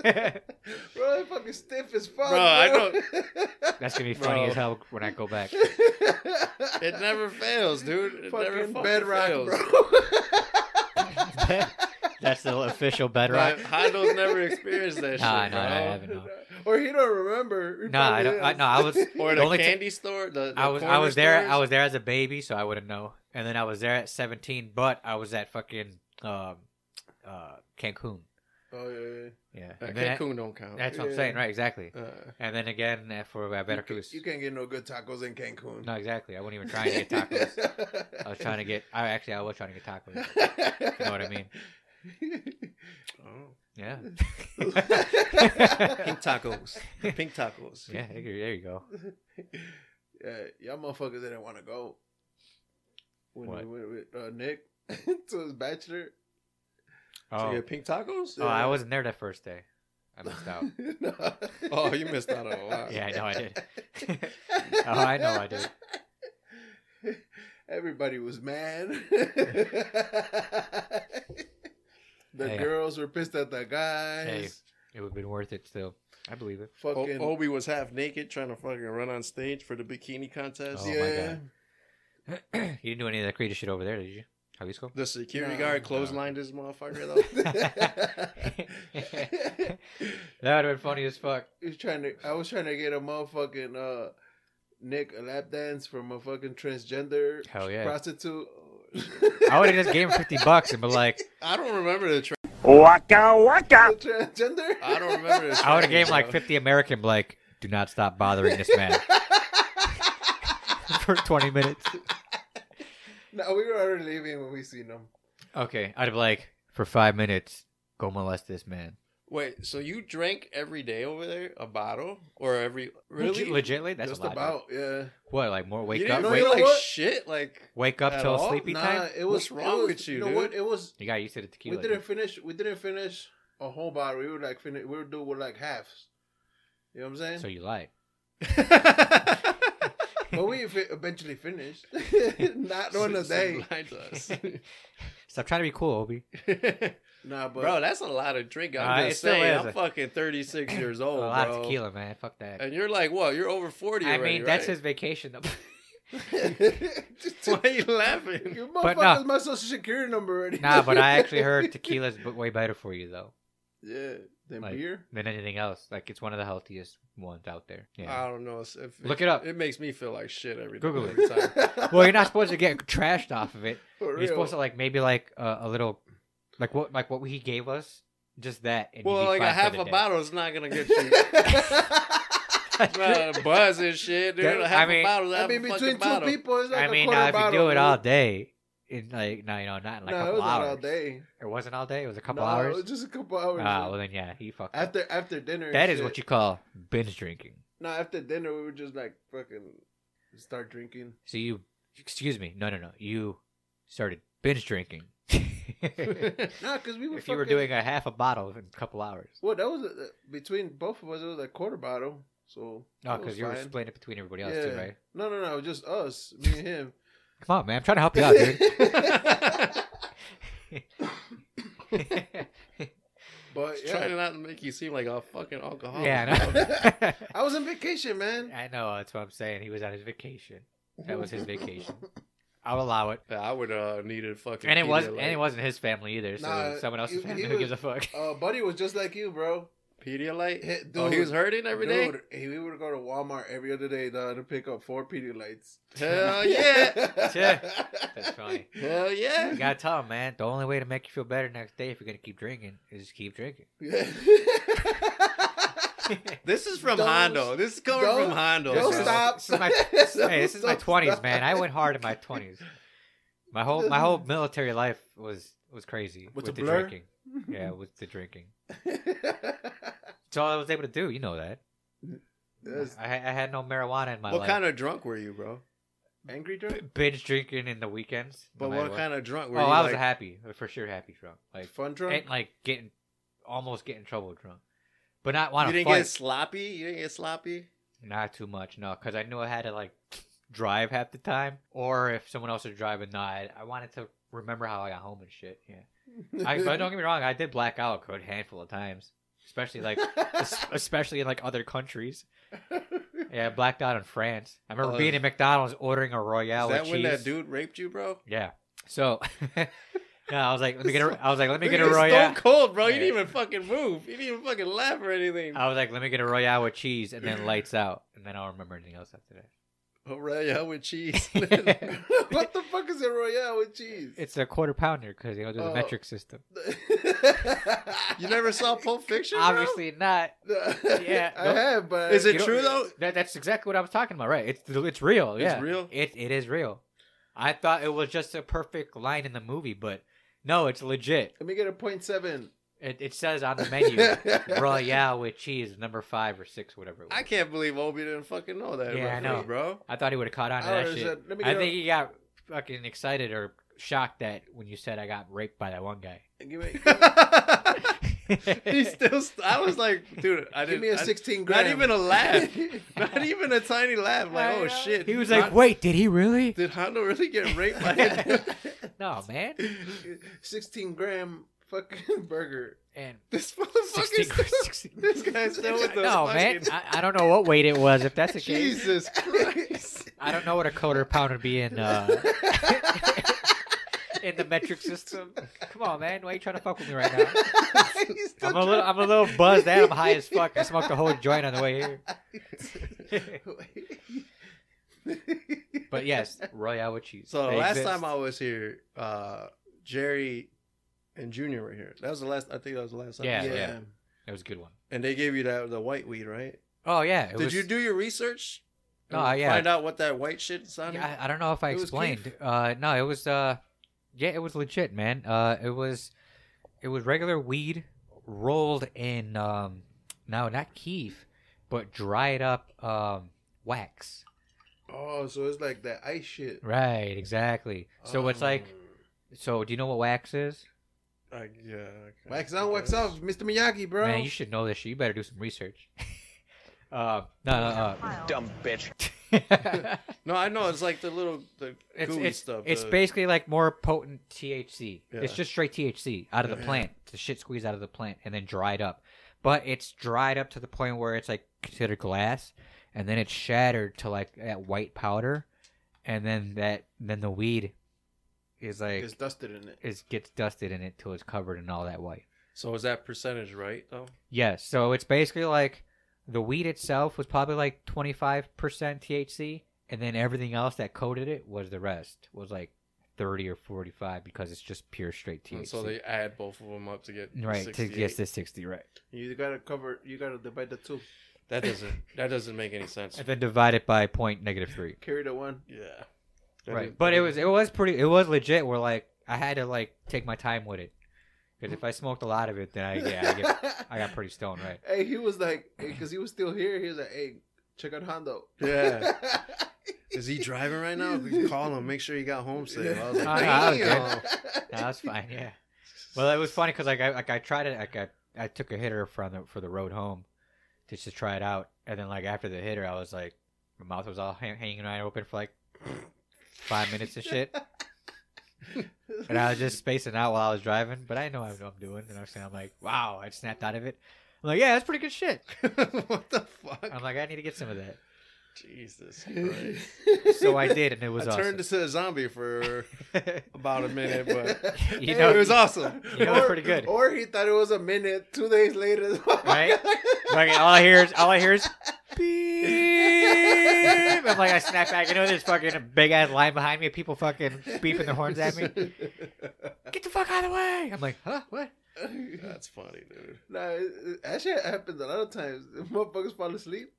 Speaker 1: That's
Speaker 2: Bro, they fucking stiff as fuck.
Speaker 3: Bro, I
Speaker 2: <laughs>
Speaker 1: gonna be funny
Speaker 3: Bro.
Speaker 1: as hell when I go back.
Speaker 3: it never fails, dude. It never
Speaker 2: fucking
Speaker 3: fucking
Speaker 2: bedrock,
Speaker 3: fails.
Speaker 1: <laughs>
Speaker 3: <laughs>
Speaker 1: That's the official bedrock.
Speaker 3: Like, Hondo's never experienced that
Speaker 1: Nah,
Speaker 3: shit,
Speaker 1: nah, I
Speaker 3: bro.
Speaker 1: haven't.
Speaker 2: bro. or he don't remember. He
Speaker 1: No, I
Speaker 2: probably
Speaker 1: don't. I,
Speaker 2: is.
Speaker 1: no, I was.
Speaker 3: Or
Speaker 1: The
Speaker 3: the,
Speaker 1: only ti-
Speaker 3: candy store. The, the
Speaker 1: I was I
Speaker 3: corner
Speaker 1: was there
Speaker 3: stores.
Speaker 1: I was there as a baby, so I wouldn't know. And then I was there at 17, but I was at fucking um, uh, Cancun.
Speaker 2: Oh yeah, yeah.
Speaker 1: Yeah,
Speaker 3: Uh,
Speaker 1: And then-
Speaker 3: Cancun don't count.
Speaker 1: that's what I'm saying, right? Exactly.
Speaker 3: Uh,
Speaker 1: And then again uh, for uh,
Speaker 2: You,
Speaker 1: Veracruz.
Speaker 2: can, you can't get no good tacos in Cancun.
Speaker 1: No, exactly. I wasn't even trying to get tacos.
Speaker 2: <laughs>
Speaker 1: I was trying to get. I actually I was trying to get tacos. You know what I mean?
Speaker 2: <laughs>
Speaker 3: oh.
Speaker 1: Yeah.
Speaker 2: Oh.
Speaker 1: <laughs>
Speaker 3: Pink tacos. The Pink tacos.
Speaker 1: Yeah. There you there you go.
Speaker 2: yeah, y'all motherfuckers didn't want to go. When
Speaker 1: What?
Speaker 2: we went with uh, Nick <laughs> to his bachelor.
Speaker 1: Oh,
Speaker 3: So you had pink tacos?
Speaker 1: Oh, I
Speaker 2: uh,
Speaker 1: wasn't there that first day. I
Speaker 2: <laughs>
Speaker 1: missed out.
Speaker 2: No.
Speaker 3: Oh, you missed out on a
Speaker 2: <laughs>
Speaker 3: lot.
Speaker 1: Yeah, I know I <laughs> did. Oh, I know I did.
Speaker 2: Everybody
Speaker 1: <laughs>
Speaker 2: was mad. the
Speaker 1: Hey.
Speaker 2: girls were pissed at the guys.
Speaker 1: it would have been worth it still. I believe it.
Speaker 3: O-
Speaker 2: Fucking
Speaker 1: Oh,
Speaker 3: Obi was half naked trying to fucking run on stage for the bikini contest.
Speaker 1: Oh, my
Speaker 2: yeah.
Speaker 1: God. <clears throat> you didn't do any of that creative shit over there, did you?
Speaker 3: <laughs>
Speaker 1: <laughs> Jalisco?
Speaker 3: The security
Speaker 2: No.
Speaker 3: guard clotheslined this motherfucker though.
Speaker 1: oh. that
Speaker 2: <laughs>
Speaker 1: would have been funny as fuck.
Speaker 2: He was trying to. I was trying to get a motherfucking uh, Nick a lap dance from a fucking transgender
Speaker 1: Hell yeah.
Speaker 2: prostitute.
Speaker 1: I
Speaker 2: <laughs>
Speaker 1: would have just gave him 50 bucks and be like,
Speaker 3: <laughs> I don't remember the. Tra-
Speaker 4: Waka waka.
Speaker 2: The transgender.
Speaker 3: I don't remember. The
Speaker 1: I would have gave
Speaker 3: gained
Speaker 1: him like 50 American, be like, do not stop bothering this man for 20 minutes.
Speaker 2: <laughs> no, we were already leaving when we seen him.
Speaker 1: Okay. I'd be like, for five minutes, go molest this man.
Speaker 3: Wait, so you drank every day over there a bottle or every really?
Speaker 1: Legi- legitly? That's
Speaker 2: Just
Speaker 1: a lot. dude.
Speaker 2: about yeah.
Speaker 1: What, like more
Speaker 3: you
Speaker 1: wake
Speaker 3: didn't
Speaker 1: up?
Speaker 2: know
Speaker 1: Wake,
Speaker 3: feel
Speaker 2: you
Speaker 3: like
Speaker 2: what?
Speaker 3: shit. Like
Speaker 1: wake up
Speaker 3: at
Speaker 1: till
Speaker 3: all?
Speaker 1: sleepy
Speaker 2: Nah,
Speaker 1: time?
Speaker 2: it
Speaker 3: What's
Speaker 2: was
Speaker 3: wrong
Speaker 2: it was-
Speaker 3: with you,
Speaker 2: You know
Speaker 3: dude?
Speaker 2: what? It was.
Speaker 1: You got used to the tequila.
Speaker 2: We didn't finish. We didn't finish a whole bottle. We were like finish. We were doing with like halves. You know what I'm saying?
Speaker 1: dude. So
Speaker 3: <laughs>
Speaker 1: you lied.
Speaker 2: but we fi- eventually finished. <laughs>
Speaker 1: <laughs>
Speaker 2: Not on a
Speaker 3: She <laughs>
Speaker 2: day.
Speaker 3: lied to us.
Speaker 1: <laughs> Stop trying to be cool, Obi.
Speaker 3: <laughs>
Speaker 2: Nah, but <laughs>
Speaker 3: bro, that's a lot of drink. I'm
Speaker 1: Nah, it
Speaker 3: just
Speaker 1: still
Speaker 3: saying,
Speaker 1: is
Speaker 3: I'm
Speaker 1: a-
Speaker 3: fucking
Speaker 1: <clears throat>
Speaker 3: 36 years old,
Speaker 1: a lot
Speaker 3: Oh, bro.
Speaker 1: of tequila, man. Fuck that.
Speaker 3: And you're like, what? You're over 40
Speaker 1: I
Speaker 3: already,
Speaker 1: mean, that's
Speaker 3: right?
Speaker 1: his
Speaker 3: <laughs>
Speaker 1: vacation. though.
Speaker 2: <laughs>
Speaker 3: Why are you laughing?
Speaker 2: You
Speaker 1: But
Speaker 2: motherfuckers, my social security number already.
Speaker 1: nah, but I actually
Speaker 2: <laughs>
Speaker 1: heard tequila's b- way better for you though
Speaker 2: Yeah, then
Speaker 1: Like-
Speaker 2: beer.
Speaker 1: than anything else. Like it's one of the healthiest ones out there. Yeah.
Speaker 3: I don't know. If, if-
Speaker 1: Look it up.
Speaker 3: It makes me feel like shit every
Speaker 1: Google
Speaker 3: every
Speaker 1: it.
Speaker 2: <laughs>
Speaker 3: time.
Speaker 1: well, you're not supposed to get trashed off of it.
Speaker 2: For
Speaker 1: You're
Speaker 2: real.
Speaker 1: supposed to like maybe like uh, a little, like what like what he gave us, just that. And you'd
Speaker 3: well, like
Speaker 1: be
Speaker 3: a
Speaker 1: fine for
Speaker 3: half
Speaker 1: the
Speaker 3: a
Speaker 1: day.
Speaker 3: bottle is not gonna get you
Speaker 1: <laughs>
Speaker 3: uh, buzz and shit, dude.
Speaker 1: That-
Speaker 3: a half
Speaker 1: I mean-
Speaker 3: a bottle. is
Speaker 2: <laughs> I
Speaker 3: half
Speaker 2: mean,
Speaker 3: a fucking
Speaker 2: between two
Speaker 3: bottle.
Speaker 2: people, it's like
Speaker 1: I mean,
Speaker 2: a quarter
Speaker 1: now if you
Speaker 2: bottle.
Speaker 1: do it all
Speaker 2: dude.
Speaker 1: day, in like no, you know, not in like a
Speaker 2: no, it
Speaker 1: couple
Speaker 2: was not
Speaker 1: hours.
Speaker 2: all day.
Speaker 1: It wasn't all day. It was a couple
Speaker 2: No,
Speaker 1: hours.
Speaker 2: It was just a couple hours.
Speaker 1: Ah, well then, yeah, he fucked. up.
Speaker 2: after after dinner.
Speaker 1: that is what you call binge drinking.
Speaker 2: No, after dinner we were just like fucking start drinking.
Speaker 1: So you, excuse me, no, no, no, you started binge drinking. <laughs>
Speaker 2: no,
Speaker 1: if
Speaker 2: because we were.
Speaker 1: you were
Speaker 2: fucking-
Speaker 1: doing a half a bottle in a couple hours,
Speaker 2: Well, that was uh, between both of us. It was a quarter bottle, so.
Speaker 1: oh,
Speaker 2: that was
Speaker 1: because you were
Speaker 2: fine.
Speaker 1: splitting it between everybody else too, right?
Speaker 2: No, no, no. Just us, me and him.
Speaker 1: Come on, man, I'm trying to help you out,
Speaker 2: <laughs>
Speaker 1: <laughs> dude. <laughs>
Speaker 2: but yeah,
Speaker 3: Trying to not make you seem like a fucking alcoholic.
Speaker 1: yeah, I know. <laughs>
Speaker 2: <laughs> I was on vacation, man.
Speaker 1: I know that's what I'm saying. He was on his vacation. That was his vacation. I'll allow it.
Speaker 3: <laughs> Yeah, I would uh needed fucking.
Speaker 1: And it wasn't.
Speaker 3: Pedialyte.
Speaker 1: and it wasn't his family either. So
Speaker 2: Nah,
Speaker 1: someone else's
Speaker 2: he- he
Speaker 1: family. Who
Speaker 2: was-
Speaker 1: gives a
Speaker 2: <laughs>
Speaker 1: fuck?
Speaker 2: Uh, buddy was just like you, bro.
Speaker 3: Pedialyte.
Speaker 2: Hey,
Speaker 3: oh, he
Speaker 2: dude.
Speaker 3: was hurting every day.
Speaker 2: Dude, hey, we would go to Walmart every other day dog, to pick up four Pedialites.
Speaker 3: Hell Uh,
Speaker 2: <laughs>
Speaker 3: yeah!
Speaker 1: That's funny.
Speaker 3: Hell yeah!
Speaker 1: You gotta tell him, man. The only way to make you feel better next day, if you're gonna keep drinking, is keep drinking.
Speaker 3: This is from
Speaker 2: Don't-
Speaker 3: Hondo. This is coming
Speaker 2: don't-
Speaker 3: from Hondo.
Speaker 2: don't
Speaker 3: bro.
Speaker 2: stop.
Speaker 1: This
Speaker 2: <laughs>
Speaker 1: is my, hey, this is my
Speaker 2: Don't
Speaker 1: twenties,
Speaker 2: stop.
Speaker 1: man.
Speaker 2: <laughs>
Speaker 1: I went hard in my twenties. My whole my whole military life was was crazy
Speaker 2: With
Speaker 1: with
Speaker 2: the
Speaker 1: the
Speaker 2: blur?
Speaker 1: drinking. Yeah, with the drinking. It's all I was able to do. You know that.
Speaker 2: That's
Speaker 1: I, I had no marijuana in my
Speaker 3: What
Speaker 1: life.
Speaker 3: kind of drunk were you, bro?
Speaker 2: angry
Speaker 1: B-
Speaker 2: drunk?
Speaker 1: binge drinking in the weekends. no
Speaker 3: But
Speaker 1: matter
Speaker 3: what kind of drunk were
Speaker 1: Oh,
Speaker 3: you?
Speaker 1: I was
Speaker 3: like,
Speaker 1: happy for sure. Happy drunk, like
Speaker 2: Fun drunk?
Speaker 1: and like getting almost getting in trouble drunk, but not want
Speaker 3: you
Speaker 1: to
Speaker 3: didn't
Speaker 1: fight.
Speaker 3: get sloppy. You didn't get sloppy.
Speaker 1: Not too much, no, because I knew I had to like drive half the time, or if someone else was driving, no, I, I wanted to remember how I got home and shit. Yeah, I, but
Speaker 2: <laughs>
Speaker 1: don't get me wrong, I did black out a good handful of times, especially like es-
Speaker 3: <laughs>
Speaker 1: especially in like other countries. Yeah, I blacked out in France. I remember
Speaker 3: Oh.
Speaker 1: being in McDonald's ordering a royale.
Speaker 3: is that
Speaker 1: with
Speaker 3: when that
Speaker 1: cheese.
Speaker 3: dude raped you, bro?
Speaker 1: Yeah. So <laughs> no, I was like, let me get a. I was like, let me
Speaker 3: Look
Speaker 1: get a
Speaker 3: at you, Stone
Speaker 1: royale.
Speaker 3: cold, bro. You
Speaker 1: Yeah.
Speaker 3: didn't even fucking move. You didn't even fucking laugh or anything.
Speaker 1: I was like, let me get a royale with cheese, and then lights out, and then I'll remember anything else after
Speaker 3: Royale Oh, with
Speaker 1: <laughs>
Speaker 3: cheese. <laughs>
Speaker 1: that.
Speaker 2: what the fuck is a royale with cheese? <laughs>
Speaker 1: it's a quarter pounder because they don't do the
Speaker 2: Oh.
Speaker 1: metric system.
Speaker 3: you never saw Pulp Fiction, bro?
Speaker 1: Obviously not. Yeah.
Speaker 2: <laughs> I have, but
Speaker 3: Is
Speaker 1: You
Speaker 3: it
Speaker 1: don't-
Speaker 3: true though?
Speaker 1: That, that's exactly what I was talking about, right? It's it's real.
Speaker 3: It's
Speaker 1: Yeah,
Speaker 3: real?
Speaker 1: It it is real. I thought it was just a perfect line in the movie, but no, it's legit.
Speaker 2: Let me get a
Speaker 1: <laughs>
Speaker 2: point seven.
Speaker 1: It, it says on the menu
Speaker 3: <laughs>
Speaker 2: <laughs>
Speaker 1: royale with cheese, number five or six, whatever. It was.
Speaker 3: I can't believe Obi didn't fucking know that. about
Speaker 1: Yeah, I know.
Speaker 3: me,
Speaker 1: <laughs>
Speaker 3: bro.
Speaker 1: I thought he would have caught on to
Speaker 2: I
Speaker 1: that
Speaker 2: would've
Speaker 1: shit.
Speaker 2: said, "Let me
Speaker 1: I
Speaker 2: get
Speaker 1: think he got fucking excited or shocked that when you said I got raped by that one
Speaker 3: <laughs>
Speaker 1: guy.
Speaker 2: Give me,
Speaker 3: he
Speaker 1: <laughs>
Speaker 3: still. St- I was like, dude, I
Speaker 2: give
Speaker 3: didn't.
Speaker 2: me a
Speaker 3: I-
Speaker 2: sixteen
Speaker 3: not
Speaker 2: gram.
Speaker 3: even a
Speaker 1: <laughs>
Speaker 3: laugh. not even a tiny laugh. Like, oh shit.
Speaker 1: He was
Speaker 3: Hon-
Speaker 1: like, "Wait, did he
Speaker 3: <laughs>
Speaker 1: really?"
Speaker 3: Did Hondo really get raped
Speaker 1: <laughs>
Speaker 3: by a
Speaker 1: no, man.
Speaker 2: <laughs> sixteen gram fucking <laughs> burger.
Speaker 1: And
Speaker 3: This motherfucker.
Speaker 1: 16,
Speaker 3: still-
Speaker 1: <laughs>
Speaker 2: <laughs>
Speaker 1: 16
Speaker 3: <laughs> This guy's still with the
Speaker 1: No, man.
Speaker 3: fucking-
Speaker 1: I, I don't know what weight it was. If that's the case,
Speaker 3: Jesus Christ.
Speaker 1: I don't know what a quarter pound would be in uh, in the metric system. Come on, man. Why are you trying to fuck with me <laughs> right now?
Speaker 2: <laughs> He's still
Speaker 1: I'm a little, I'm a little buzzed out. I'm high as fuck. I smoked a whole joint on the way here. but yes, Royale with cheese.
Speaker 3: So
Speaker 1: They
Speaker 3: last
Speaker 1: exist.
Speaker 3: time I was here, uh, Jerry and Junior were here. That was the last. I think that was the last time.
Speaker 1: <laughs> Yeah,
Speaker 3: you
Speaker 2: <laughs> yeah.
Speaker 3: were here.
Speaker 1: yeah. It was a good one.
Speaker 3: And they gave you that the white weed, right?
Speaker 1: Oh yeah. It
Speaker 3: Did
Speaker 1: was,
Speaker 3: you do your research?
Speaker 1: No,
Speaker 3: And
Speaker 1: yeah.
Speaker 3: Find out what that white shit sounded.
Speaker 1: Yeah, I, I don't know if I
Speaker 2: It was
Speaker 1: explained.
Speaker 2: Keith.
Speaker 1: Uh, no, it was. Uh, yeah, it was legit, man. Uh, it was, it was regular weed rolled in. Um, no, not keef, but dried up um, wax.
Speaker 2: Oh, so it's like that ice shit. Um,
Speaker 1: Right, exactly. So it's like. So do you know what wax is?
Speaker 3: I, yeah. I
Speaker 2: wax on, wax
Speaker 3: guess.
Speaker 2: off, Mr. Miyagi, bro.
Speaker 1: Man, you should know this. shit. You better do some research. <laughs> uh, no,
Speaker 4: Dumb bitch.
Speaker 1: no. <laughs> Uh,
Speaker 3: No, I know. It's like the little the
Speaker 1: it's
Speaker 3: gooey
Speaker 1: it's,
Speaker 3: stuff.
Speaker 1: it's
Speaker 3: the-
Speaker 1: basically like more potent THC. It's
Speaker 3: Yeah.
Speaker 1: just straight THC out of the
Speaker 3: Yeah.
Speaker 1: plant, the shit squeezed out of the plant, and then dried up. But it's dried up to the point where it's like considered glass, and then it's shattered to like that white powder, and then that then the weed is like
Speaker 2: It's dusted in it.
Speaker 1: is gets dusted in it till it's covered in all that white.
Speaker 3: So is that percentage right though?
Speaker 1: Yes. So it's basically like the weed itself was probably like 25% THC, and then everything else that coated it was the rest, was like 30 or 45 because it's just pure straight THC.
Speaker 3: And Hmm, so they add both of them up to get
Speaker 1: right, to
Speaker 3: 68.
Speaker 1: get to 60, right.
Speaker 2: You gotta cover. You gotta divide the two.
Speaker 3: That doesn't that doesn't make any sense.
Speaker 1: And then divide it by point negative 3.
Speaker 2: Carry the one.
Speaker 3: Yeah. <laughs> That
Speaker 1: right
Speaker 3: is-
Speaker 1: but
Speaker 3: that
Speaker 1: it
Speaker 3: is-
Speaker 1: was it was pretty it was legit where like i had to like take my time with it because if i smoked a lot of it then i yeah
Speaker 3: <laughs>
Speaker 1: i, get, I
Speaker 2: <laughs>
Speaker 1: got pretty stoned right
Speaker 2: Hey, he was like, because he was still here. He was like, hey, check out Hondo.
Speaker 3: <laughs>
Speaker 2: <laughs>
Speaker 3: Yeah. Is he driving right now? We can call him. Make sure he got home safe. I was
Speaker 1: <laughs>
Speaker 3: like,
Speaker 1: Ah, okay.
Speaker 3: damn.
Speaker 1: No,
Speaker 3: <laughs>
Speaker 1: that's fine yeah well it was funny because like I, like I tried it like I, I took a hitter from the for the road home just to try it out and then like after the hitter i was like my mouth was all hang, hanging right open for like five minutes and shit
Speaker 2: <laughs>
Speaker 1: and I was just spacing out while I was driving, but I know I know what I'm doing. And I'm saying, I'm like, wow, I snapped out of it. I'm like, yeah, that's pretty good shit.
Speaker 3: what the fuck?
Speaker 1: I'm like, I need to get some of that.
Speaker 2: <laughs>
Speaker 3: Jesus Christ.
Speaker 1: So I did, and it was
Speaker 3: I
Speaker 1: awesome.
Speaker 3: turned into a zombie for about a minute, but <laughs>
Speaker 1: <laughs> You
Speaker 2: Hey,
Speaker 1: know-
Speaker 3: it was awesome.
Speaker 1: <laughs> You know, it's pretty good.
Speaker 2: Or he thought it was a minute. Two days later, <laughs>
Speaker 1: Right? like, all I hear is, all I hear is, beep. I'm like, I snap back into it. There's fucking a big ass line behind me. People fucking beeping their horns at me. Get the fuck out of the way. I'm like, huh? What?
Speaker 3: That's funny, dude.
Speaker 2: <laughs> Nah, it- it- that shit happens a lot of times. <laughs> The motherfuckers fall asleep.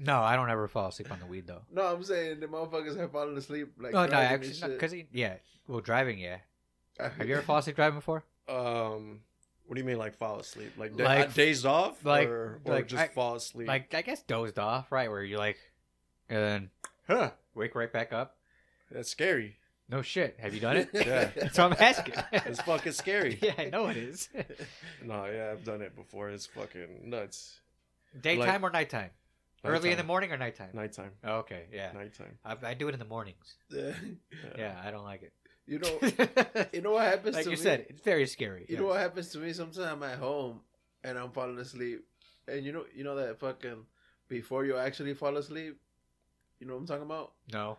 Speaker 1: No, I don't ever fall asleep on the weed though.
Speaker 2: No, I'm saying the motherfuckers have fallen asleep. Like,
Speaker 1: No, no,
Speaker 2: driving and
Speaker 1: actually,
Speaker 2: shit.
Speaker 1: because yeah, well, driving, yeah.
Speaker 2: <laughs>
Speaker 1: Have you ever fallen asleep driving before?
Speaker 3: Um, what do you mean, like fall asleep? Like, da-
Speaker 1: Like-
Speaker 3: dazed off,
Speaker 1: like-
Speaker 3: or, or
Speaker 1: like,
Speaker 3: just
Speaker 1: I-
Speaker 3: fall asleep?
Speaker 1: like I guess dozed off, right? Where you're like, and then
Speaker 3: huh?
Speaker 1: wake right back up.
Speaker 3: That's scary.
Speaker 1: No shit, have you done
Speaker 2: <laughs>
Speaker 1: it?
Speaker 3: Yeah.
Speaker 1: That's what I'm asking.
Speaker 3: It's fucking scary.
Speaker 1: <laughs> yeah, I know it is.
Speaker 3: No, yeah, I've done it before. It's fucking nuts.
Speaker 1: Daytime or nighttime? Early in the
Speaker 3: Nighttime.
Speaker 1: morning or nighttime?
Speaker 3: Nighttime.
Speaker 1: Okay, yeah.
Speaker 3: Nighttime.
Speaker 1: I, I do it in the mornings.
Speaker 3: Yeah.
Speaker 1: Yeah, I don't like it. <laughs>
Speaker 2: you know, you know what happens
Speaker 1: like
Speaker 2: to
Speaker 1: you
Speaker 2: me?
Speaker 1: said, it's very scary.
Speaker 2: You
Speaker 1: yeah.
Speaker 2: know what happens to me? Sometimes I'm at home and I'm falling asleep, and you know, you know that fucking before you actually fall asleep. You know what I'm talking about?
Speaker 1: No.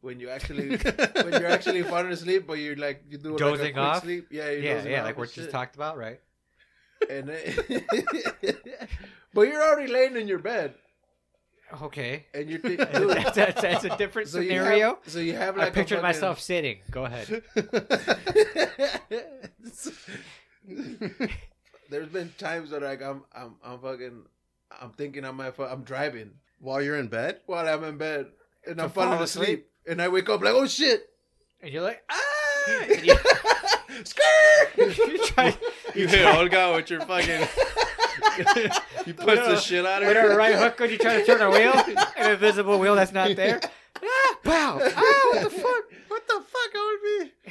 Speaker 2: When you actually, <laughs> when
Speaker 1: <laughs>
Speaker 2: you're actually falling asleep, but you're like you do like a
Speaker 1: Dozing
Speaker 2: quick
Speaker 1: off?
Speaker 2: sleep. Yeah, you're
Speaker 1: Yeah,
Speaker 2: dozing
Speaker 1: yeah,
Speaker 2: off
Speaker 1: like
Speaker 2: and
Speaker 1: we just
Speaker 2: shit.
Speaker 1: talked about, right?
Speaker 2: <laughs> And then- <laughs> but you're already laying in your bed, <laughs>
Speaker 1: Okay. <laughs>
Speaker 2: and you're think, dude,
Speaker 1: that's, that's, that's a different
Speaker 2: so You
Speaker 1: scenario.
Speaker 2: have, so you have
Speaker 1: I
Speaker 2: like a
Speaker 1: pictured
Speaker 2: fucking-
Speaker 1: myself sitting. Go
Speaker 2: <laughs>
Speaker 1: ahead.
Speaker 2: <laughs> There's been times that like I'm I'm I'm fucking I'm thinking I'm at- I'm driving
Speaker 3: While you're in bed,
Speaker 2: while I'm in bed and
Speaker 1: To
Speaker 2: I'm falling
Speaker 1: fall
Speaker 2: asleep.
Speaker 1: asleep.
Speaker 2: and I wake up like oh shit.
Speaker 1: And you're like, ah!
Speaker 2: <laughs>
Speaker 1: And you, <laughs> you try,
Speaker 3: you <laughs> hit Olga with your
Speaker 2: <laughs>
Speaker 3: fucking. you push the shit out of
Speaker 1: With a
Speaker 3: her.
Speaker 1: right hook when you try to turn a wheel, an invisible wheel that's not
Speaker 2: <laughs>
Speaker 1: there. Ah, pow! Ah, what the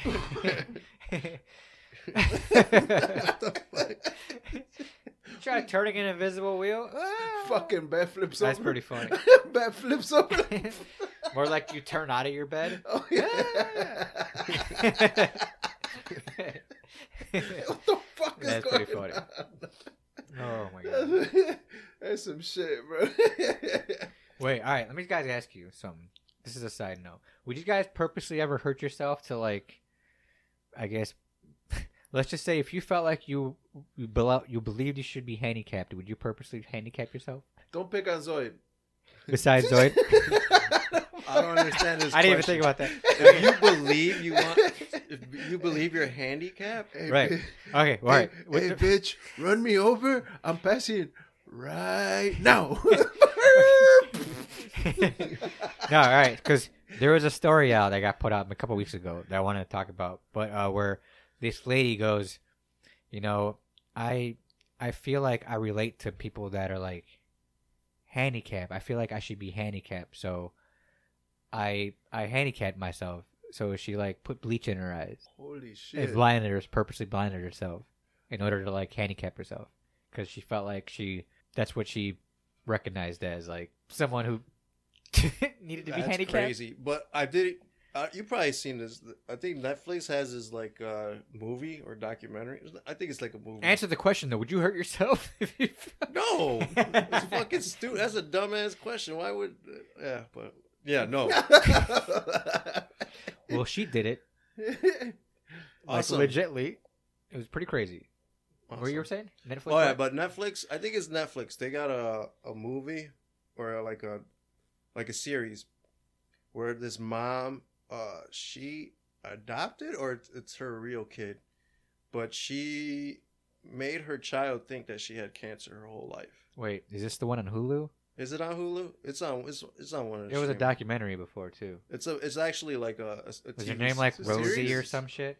Speaker 1: <laughs> fuck?
Speaker 3: What the fuck? I would be.
Speaker 1: what the <laughs> fuck? Try turning an invisible wheel. Ah.
Speaker 2: Fucking bed flips
Speaker 1: That's
Speaker 2: over.
Speaker 1: pretty funny.
Speaker 2: <laughs> bed flips over.
Speaker 1: <laughs> More like you turn out of your
Speaker 2: <laughs>
Speaker 1: bed. <laughs> Oh
Speaker 2: oh yeah. what the fuck is
Speaker 1: That's
Speaker 2: going
Speaker 1: pretty funny. oh my god!
Speaker 2: on? <laughs> That's some shit, bro. <laughs>
Speaker 1: Wait, all right. Let me guys ask you something. This is a side note. Would you guys purposely ever hurt yourself to like, I guess, <laughs> let's just say if you felt like you you, belo- you believed you should be handicapped, would you purposely handicap
Speaker 2: <laughs>
Speaker 1: yourself?
Speaker 2: Don't pick on Zoid.
Speaker 1: Besides Zoid,
Speaker 3: I don't understand this.
Speaker 1: I didn't even think about that.
Speaker 3: If you believe you want, if you believe you're handicapped,
Speaker 2: Hey,
Speaker 1: Right.
Speaker 2: bi-
Speaker 1: Okay, all right.
Speaker 2: hey,
Speaker 1: What
Speaker 2: hey,
Speaker 1: the-
Speaker 2: bitch, run me over. I'm passing right now.
Speaker 1: <laughs> no, all right, because there was a story out that got put out a couple weeks ago that I wanted to talk about, but uh, where this lady goes, you know, I I feel like I relate to people that are like handicapped. I feel like I should be handicapped, so I I handicapped myself. So she like put bleach in her eyes
Speaker 2: Holy shit.
Speaker 1: and blinded her, purposely blinded herself in order to like handicap herself because she felt like she that's what she recognized as like someone who <laughs> needed to be
Speaker 3: that's
Speaker 1: handicapped.
Speaker 3: crazy. But I did. Uh, you probably seen this. I think Netflix has this like uh, movie or documentary. I think it's like a movie.
Speaker 1: Answer the question though: Would you hurt yourself <laughs> if you? <laughs>
Speaker 3: No, it's fucking stupid. That's a dumbass question. Why would? yeah, but yeah, no.
Speaker 1: well, she did it
Speaker 3: Awesome.
Speaker 1: like legitly. It was pretty crazy. What were you
Speaker 3: Awesome.
Speaker 1: saying? Netflix.
Speaker 3: Oh yeah,
Speaker 1: what?
Speaker 3: but Netflix. I think it's Netflix. They got a a movie or like a like a series where this mom uh she adopted or it's- it's her real kid, but she made her child think that she had cancer her whole life.
Speaker 1: Wait, is this the one on Hulu?
Speaker 3: Is it on Hulu? It's on. It's it's on one. Of the
Speaker 1: There was a
Speaker 3: streaming-
Speaker 1: documentary before too.
Speaker 3: It's a. It's actually like a. a, a
Speaker 1: Was
Speaker 3: TV
Speaker 1: her name like
Speaker 2: it's a
Speaker 1: Rosie or
Speaker 2: series.
Speaker 1: some shit?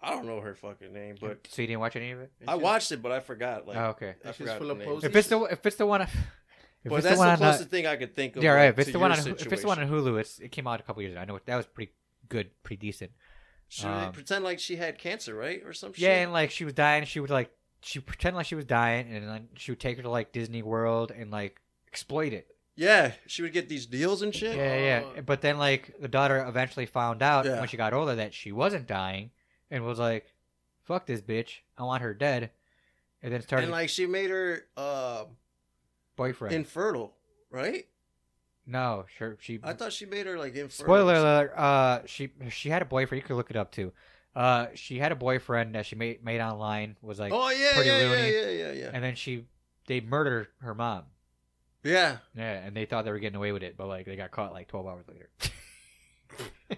Speaker 3: I don't know her fucking name, but
Speaker 1: so you didn't watch any of it?
Speaker 3: I watched it, but I forgot. Like
Speaker 1: oh, okay.
Speaker 3: I
Speaker 2: It's just
Speaker 3: forgot
Speaker 2: full
Speaker 3: the
Speaker 2: of
Speaker 3: name.
Speaker 2: poses.
Speaker 1: If it's the if it's the one, if
Speaker 3: But
Speaker 1: it's
Speaker 3: that's
Speaker 1: the
Speaker 3: the
Speaker 1: one, on, uh,
Speaker 3: closest thing I could think of.
Speaker 1: yeah, right.
Speaker 3: like,
Speaker 1: If it's
Speaker 3: to
Speaker 1: the one, on,
Speaker 3: your
Speaker 1: Hu- if it's the one
Speaker 3: situation.
Speaker 1: on Hulu, it's it came out a couple years ago. I know it- that was pretty good, pretty decent.
Speaker 3: Should
Speaker 1: Um,
Speaker 3: they pretend like she had cancer, right, or some
Speaker 1: Yeah,
Speaker 3: shit?
Speaker 1: and like she was dying, she would like she pretend like she was dying, and then she would take her to like Disney World and like exploit it.
Speaker 3: yeah, she would get these deals and shit.
Speaker 1: Yeah, yeah.
Speaker 2: Oh.
Speaker 1: But then like the daughter eventually found out
Speaker 3: Yeah.
Speaker 1: when she got older that she wasn't dying, and was like, "Fuck this bitch, I want her dead," and then started
Speaker 3: and like she made her uh,
Speaker 1: boyfriend.
Speaker 3: infertile, right?
Speaker 1: no, sure, she.
Speaker 3: I thought she made her like infertile.
Speaker 1: Mm-hmm. Spoiler alert. Uh, she she had a boyfriend. You could look it up too. Uh, she had a boyfriend that she made made online was like,
Speaker 3: oh yeah,
Speaker 1: pretty
Speaker 3: yeah, yeah,
Speaker 1: loony.
Speaker 3: yeah, yeah, yeah,
Speaker 1: and then she they murdered her mom.
Speaker 3: yeah.
Speaker 1: Yeah, and they thought they were getting away with it, but like they got caught like twelve hours later.